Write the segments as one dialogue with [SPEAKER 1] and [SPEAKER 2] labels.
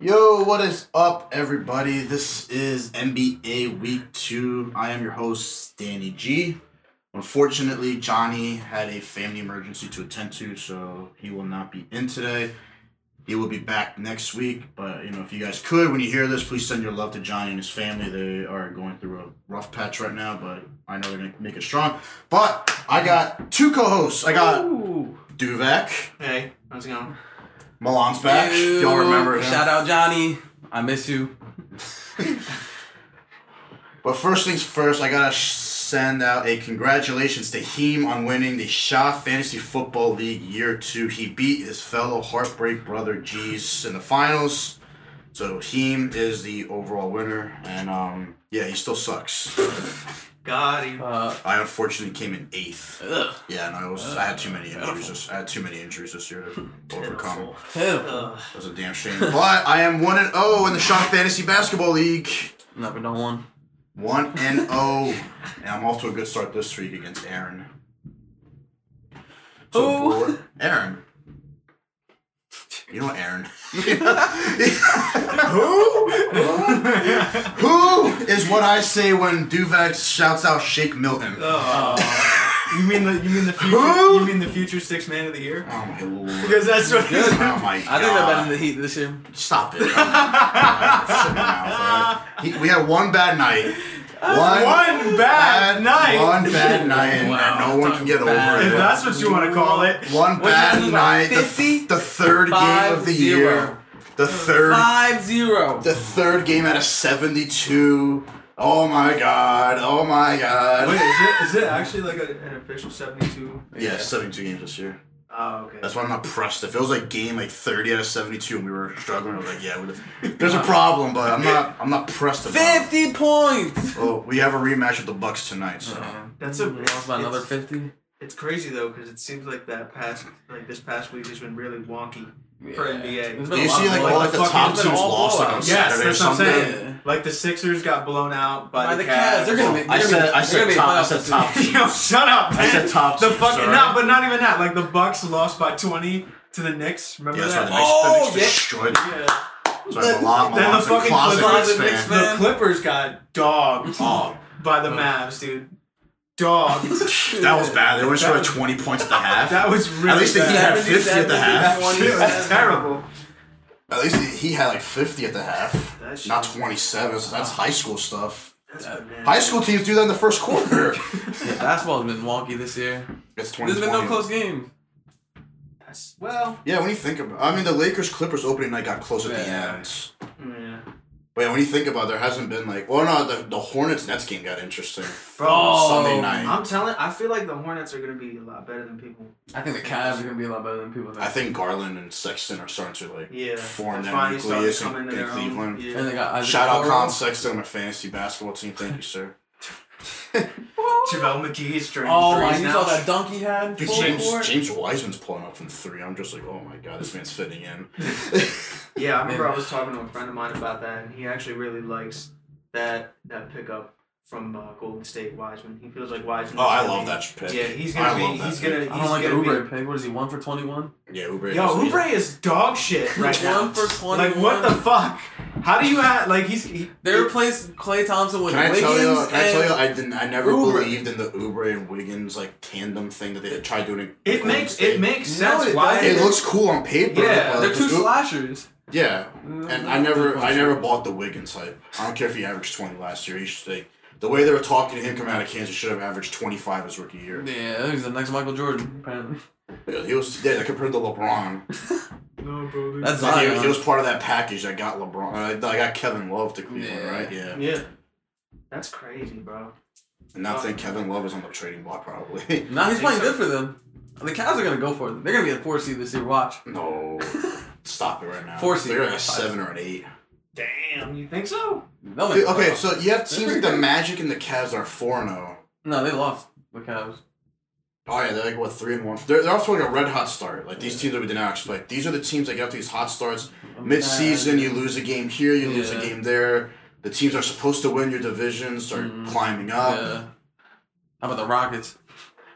[SPEAKER 1] Yo, what is up, everybody? This is NBA Week 2. I am your host, Danny G. Unfortunately, Johnny had a family emergency to attend to, so he will not be in today. He will be back next week, but you know, if you guys could, when you hear this, please send your love to Johnny and his family. They are going through a rough patch right now, but I know they're gonna make it strong. But I got two co-hosts. I got
[SPEAKER 2] Ooh.
[SPEAKER 1] Duvac.
[SPEAKER 3] Hey, how's it going?
[SPEAKER 1] Milan's back. If y'all remember him.
[SPEAKER 2] Shout out Johnny. I miss you.
[SPEAKER 1] But first things first, I gotta sh- send out a congratulations to Heem on winning the Shaw Fantasy Football League Year 2. He beat his fellow Heartbreak brother G's in the finals. So Heem is the overall winner. And um, yeah, he still sucks.
[SPEAKER 3] God, he-
[SPEAKER 2] Uh,
[SPEAKER 1] I unfortunately came in eighth.
[SPEAKER 2] ugh,
[SPEAKER 1] Yeah, no, I was I had too many injuries. This, I had too many injuries this year to overcome.
[SPEAKER 2] terrible.
[SPEAKER 3] uh,
[SPEAKER 1] That's a damn shame. But I am one and zero in the Shaw Fantasy Basketball League.
[SPEAKER 2] Never done one.
[SPEAKER 1] One and zero, and I'm off to a good start this week against Aaron.
[SPEAKER 2] Who?
[SPEAKER 1] boy- Aaron. You know Aaron. Who is what I say when Duvac shouts out Shake Milton? Oh
[SPEAKER 3] uh, you mean the you mean the future
[SPEAKER 1] Who?
[SPEAKER 3] you mean the future six man of the year?
[SPEAKER 1] Oh my lord!
[SPEAKER 3] Because that's what he's
[SPEAKER 1] Oh my god!
[SPEAKER 2] I think they're better than the Heat this year.
[SPEAKER 1] Stop it! Oh my God. Shut your mouth, all right? He- we had one bad night. One,
[SPEAKER 3] Uh, One bad night.
[SPEAKER 1] One bad night that no
[SPEAKER 2] Wow.
[SPEAKER 1] one can get
[SPEAKER 2] Bad.
[SPEAKER 1] over.
[SPEAKER 3] If
[SPEAKER 1] it.
[SPEAKER 3] that's what you want to call it.
[SPEAKER 1] One
[SPEAKER 2] What
[SPEAKER 1] bad
[SPEAKER 2] is it,
[SPEAKER 1] night,
[SPEAKER 2] like
[SPEAKER 1] the, f-
[SPEAKER 2] 50?
[SPEAKER 1] the third game of the year,
[SPEAKER 2] 5-0.
[SPEAKER 1] the third,
[SPEAKER 2] 5 0.
[SPEAKER 1] the third game out of seventy-two. Oh my god! Oh my god!
[SPEAKER 3] Wait, is it is it actually like a, an official seventy two?
[SPEAKER 1] Yeah, seventy-two games this year.
[SPEAKER 3] Oh, okay.
[SPEAKER 1] That's why I'm not pressed. If it was like game like thirty out of seventy-two, and we were struggling, I was like, yeah, we there's
[SPEAKER 2] Uh-huh.
[SPEAKER 1] a problem, but I'm not, I'm not pressed about. it.
[SPEAKER 2] 50 points.
[SPEAKER 1] Well, we have a rematch with the Bucks tonight, so
[SPEAKER 2] Uh-huh.
[SPEAKER 3] That's a-
[SPEAKER 2] We lost by another 50.
[SPEAKER 3] It's crazy though, because it seems like that past like this past week has been really wonky. For NBA.
[SPEAKER 2] It's been
[SPEAKER 1] do
[SPEAKER 2] a
[SPEAKER 1] you
[SPEAKER 2] lot
[SPEAKER 1] see
[SPEAKER 2] of
[SPEAKER 1] like
[SPEAKER 2] blowouts.
[SPEAKER 1] all like the
[SPEAKER 3] Fucking-
[SPEAKER 1] top
[SPEAKER 2] it's been
[SPEAKER 1] teams
[SPEAKER 2] all
[SPEAKER 1] lost like on
[SPEAKER 2] blowouts.
[SPEAKER 3] Yes,
[SPEAKER 1] Saturday or
[SPEAKER 3] that's what I'm
[SPEAKER 1] something?
[SPEAKER 3] saying.
[SPEAKER 2] Yeah.
[SPEAKER 3] Like the Sixers got blown out by,
[SPEAKER 2] By the Cavs, they're gonna be.
[SPEAKER 1] I
[SPEAKER 2] they're
[SPEAKER 1] said,
[SPEAKER 2] gonna,
[SPEAKER 1] I said
[SPEAKER 2] they're
[SPEAKER 1] top, I
[SPEAKER 2] gonna be
[SPEAKER 1] said
[SPEAKER 2] playoff
[SPEAKER 1] top
[SPEAKER 2] teams.
[SPEAKER 1] teams.
[SPEAKER 3] Yo, shut up.
[SPEAKER 1] I said
[SPEAKER 3] man.
[SPEAKER 1] top
[SPEAKER 3] The
[SPEAKER 1] teams,
[SPEAKER 3] fucking
[SPEAKER 1] alright?
[SPEAKER 3] no, but not even that. Like the Bucks lost by twenty to the Knicks. Remember
[SPEAKER 1] Yeah, that's why the
[SPEAKER 3] that?
[SPEAKER 1] Knicks,
[SPEAKER 2] Oh,
[SPEAKER 1] the Knicks
[SPEAKER 2] yeah.
[SPEAKER 1] destroyed them.
[SPEAKER 3] yeah.
[SPEAKER 1] That's why Milan,
[SPEAKER 3] Then the
[SPEAKER 1] Milan's a
[SPEAKER 3] fucking
[SPEAKER 1] closet
[SPEAKER 2] Clippers-
[SPEAKER 1] Knicks
[SPEAKER 2] Knicks
[SPEAKER 1] fan.
[SPEAKER 2] fan.
[SPEAKER 3] The Clippers got dogged
[SPEAKER 1] Oh,
[SPEAKER 3] by the Mavs, dude. Dogged.
[SPEAKER 1] that was bad. They only scored 20 points at the half.
[SPEAKER 3] that was really
[SPEAKER 1] At least he
[SPEAKER 3] bad.
[SPEAKER 1] had 50 at the
[SPEAKER 2] 77,
[SPEAKER 1] half.
[SPEAKER 2] 20.
[SPEAKER 3] It was terrible.
[SPEAKER 1] At least he, he had like 50 at the half.
[SPEAKER 3] That shit-
[SPEAKER 1] Not 27. So that's high school stuff.
[SPEAKER 3] That's
[SPEAKER 2] Yeah.
[SPEAKER 3] bananas.
[SPEAKER 1] High school teams do that in the first quarter.
[SPEAKER 2] Yeah, basketball's been wonky this year.
[SPEAKER 1] it's 20
[SPEAKER 2] There's been no close games.
[SPEAKER 3] That's- Well,
[SPEAKER 1] Yeah, when you think about I mean, the Lakers Clippers opening night got close at
[SPEAKER 2] Yeah.
[SPEAKER 1] the end.
[SPEAKER 3] yeah.
[SPEAKER 1] But yeah, when you think about it, there hasn't been like, well, no, the, the Hornets Nets game got interesting.
[SPEAKER 3] Bro,
[SPEAKER 1] Sunday night.
[SPEAKER 3] I'm telling. I feel like the Hornets are gonna be a lot better than people.
[SPEAKER 2] I think the Cavs are gonna be a lot better than people think.
[SPEAKER 1] I think Garland and Sexton are starting to like
[SPEAKER 3] Yeah.
[SPEAKER 1] form
[SPEAKER 3] They're
[SPEAKER 1] that
[SPEAKER 3] finally starting
[SPEAKER 1] nucleus
[SPEAKER 3] to come
[SPEAKER 1] in,
[SPEAKER 3] into
[SPEAKER 1] in
[SPEAKER 3] their own.
[SPEAKER 1] Cleveland.
[SPEAKER 3] Yeah.
[SPEAKER 2] And they got Isaac
[SPEAKER 1] Shout out
[SPEAKER 2] Okoro.
[SPEAKER 1] Colin Sexton on my fantasy basketball team. Thank you, sir.
[SPEAKER 3] JaVale McGee is straight.
[SPEAKER 2] Oh my! You saw that dunk he had.
[SPEAKER 1] Dude,
[SPEAKER 2] full court?
[SPEAKER 1] James, James Wiseman's pulling up from three. I'm just like, oh my god, this man's fitting in.
[SPEAKER 3] Yeah, I remember
[SPEAKER 2] Man.
[SPEAKER 3] I was talking to a friend of mine about that, and he actually really likes that that pickup from uh, Golden State Wiseman. He feels like Wiseman.
[SPEAKER 1] oh, I love that pick.
[SPEAKER 3] Yeah, he's
[SPEAKER 1] I
[SPEAKER 3] gonna
[SPEAKER 1] love
[SPEAKER 3] be.
[SPEAKER 1] that
[SPEAKER 3] He's
[SPEAKER 1] pick.
[SPEAKER 3] gonna. He's
[SPEAKER 2] I don't like the
[SPEAKER 3] gonna
[SPEAKER 2] Uber pick. What is he? One for twenty-one.
[SPEAKER 1] Yeah, Ubre.
[SPEAKER 3] Be, yo,
[SPEAKER 1] is-
[SPEAKER 3] Oubre is dog shit right now.
[SPEAKER 2] One for twenty-one.
[SPEAKER 3] Like what the fuck? How do you have like he's he,
[SPEAKER 2] They replaced Clay Thompson with
[SPEAKER 1] Can I
[SPEAKER 2] Wiggins.
[SPEAKER 1] tell you? Can I tell you?
[SPEAKER 2] and-
[SPEAKER 1] I didn't. I never
[SPEAKER 2] Oubre.
[SPEAKER 1] believed in the Ubre and Wiggins like tandem thing that they had tried doing. in
[SPEAKER 3] it
[SPEAKER 1] Golden
[SPEAKER 3] makes
[SPEAKER 1] State.
[SPEAKER 3] it makes
[SPEAKER 2] No,
[SPEAKER 3] sense
[SPEAKER 2] it
[SPEAKER 3] why
[SPEAKER 1] It
[SPEAKER 2] doesn't.
[SPEAKER 1] looks cool on paper.
[SPEAKER 3] Yeah,
[SPEAKER 1] but
[SPEAKER 2] They're two
[SPEAKER 1] because U-
[SPEAKER 2] slashers.
[SPEAKER 1] Yeah, and I never, I never bought the Wiggins hype. I don't care if he averaged twenty last year. He should like the way they were talking to him coming out of Kansas should have averaged twenty five his rookie year.
[SPEAKER 2] Yeah, he's the next Michael Jordan. Apparently,
[SPEAKER 1] Yeah, He was yeah, compared to LeBron.
[SPEAKER 3] No, bro.
[SPEAKER 2] that's
[SPEAKER 1] He-
[SPEAKER 2] Zion.
[SPEAKER 1] He, was part of that package that got LeBron. uh, That got Kevin Love to Cleveland,
[SPEAKER 2] Yeah.
[SPEAKER 1] right? Yeah.
[SPEAKER 3] yeah. That's crazy, bro.
[SPEAKER 1] And now I think Kevin Love is on the trading block, probably.
[SPEAKER 2] Nah, he's
[SPEAKER 3] Think
[SPEAKER 2] playing
[SPEAKER 3] so.
[SPEAKER 2] good for them. The Cavs are gonna go for it. They're gonna be a four seed this year. Watch.
[SPEAKER 1] no. Stop it right now.
[SPEAKER 2] Four seed.
[SPEAKER 1] They're at a seven or an eight.
[SPEAKER 3] Damn, you think so?
[SPEAKER 2] They'll make
[SPEAKER 1] Dude,
[SPEAKER 2] the
[SPEAKER 1] okay,
[SPEAKER 2] playoffs.
[SPEAKER 1] so you have
[SPEAKER 2] They're
[SPEAKER 1] teams
[SPEAKER 2] uh, pretty
[SPEAKER 1] like the
[SPEAKER 2] good.
[SPEAKER 1] Magic and the Cavs are four and zero.
[SPEAKER 2] no, they lost the Cavs.
[SPEAKER 1] Oh yeah, they're like what three and one. They're, they're off to like a red hot start. Like these teams that we did not expect. These are the teams that get off these hot starts. Mid season, you lose a game here, you lose a
[SPEAKER 2] Yeah.
[SPEAKER 1] game there. The teams are supposed to win your division, start
[SPEAKER 2] Mhm.
[SPEAKER 1] climbing up.
[SPEAKER 2] Yeah. How about the Rockets?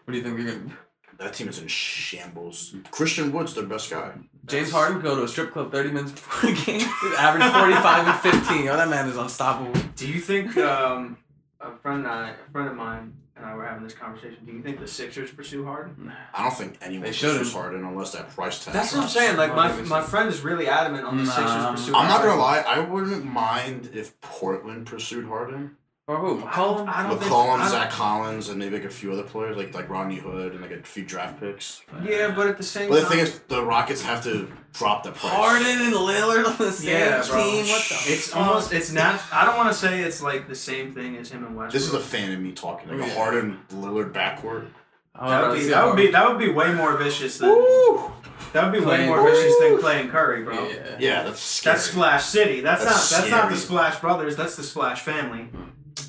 [SPEAKER 2] What do you think they're gonna?
[SPEAKER 1] That team is in shambles. Christian Wood's their best guy.
[SPEAKER 2] James Harden could go to a strip club 30 minutes before the game. He'd average 45 and 15. Oh, that man is unstoppable.
[SPEAKER 3] Do you think um, a friend and I, a friend of mine and I were having this conversation? Do you think the Sixers pursue Harden?
[SPEAKER 1] I don't think anyone
[SPEAKER 2] They
[SPEAKER 1] pursues
[SPEAKER 2] shouldn't.
[SPEAKER 1] Harden unless that price tag.
[SPEAKER 3] That's what I'm
[SPEAKER 1] drops.
[SPEAKER 3] saying. Like my
[SPEAKER 2] Harden.
[SPEAKER 3] my friend is really adamant on the Sixers
[SPEAKER 2] Nah.
[SPEAKER 3] pursuing.
[SPEAKER 1] I'm not gonna lie.
[SPEAKER 3] Harden.
[SPEAKER 1] I wouldn't mind if Portland pursued Harden.
[SPEAKER 2] Or who?
[SPEAKER 3] I don't,
[SPEAKER 2] Colin?
[SPEAKER 3] I don't think. I
[SPEAKER 1] McCollum,
[SPEAKER 3] don't-
[SPEAKER 1] Zach Collins, and maybe like a few other players, like like Rodney Hood and like a few draft picks.
[SPEAKER 3] Yeah, but at the same
[SPEAKER 1] But the
[SPEAKER 3] time,
[SPEAKER 1] thing is, the Rockets have to drop the price.
[SPEAKER 2] Harden and Lillard on the same
[SPEAKER 3] Yeah, bro.
[SPEAKER 2] team. What the?
[SPEAKER 3] it's
[SPEAKER 2] fuck?
[SPEAKER 3] almost it's not. I don't want to say it's like the same thing as him and Westbrook.
[SPEAKER 1] This is a fan of me talking. Like a
[SPEAKER 2] Yeah.
[SPEAKER 1] Harden Lillard backcourt.
[SPEAKER 2] Oh,
[SPEAKER 3] That would, be, that would be that would be way more vicious than that would be way
[SPEAKER 2] Playing-
[SPEAKER 3] more vicious than playing Curry, bro.
[SPEAKER 2] Yeah.
[SPEAKER 1] Yeah, that's scary.
[SPEAKER 3] That's Splash City. That's,
[SPEAKER 1] That's
[SPEAKER 3] not that's not the
[SPEAKER 1] scary.
[SPEAKER 3] Splash Brothers. That's the Splash Family.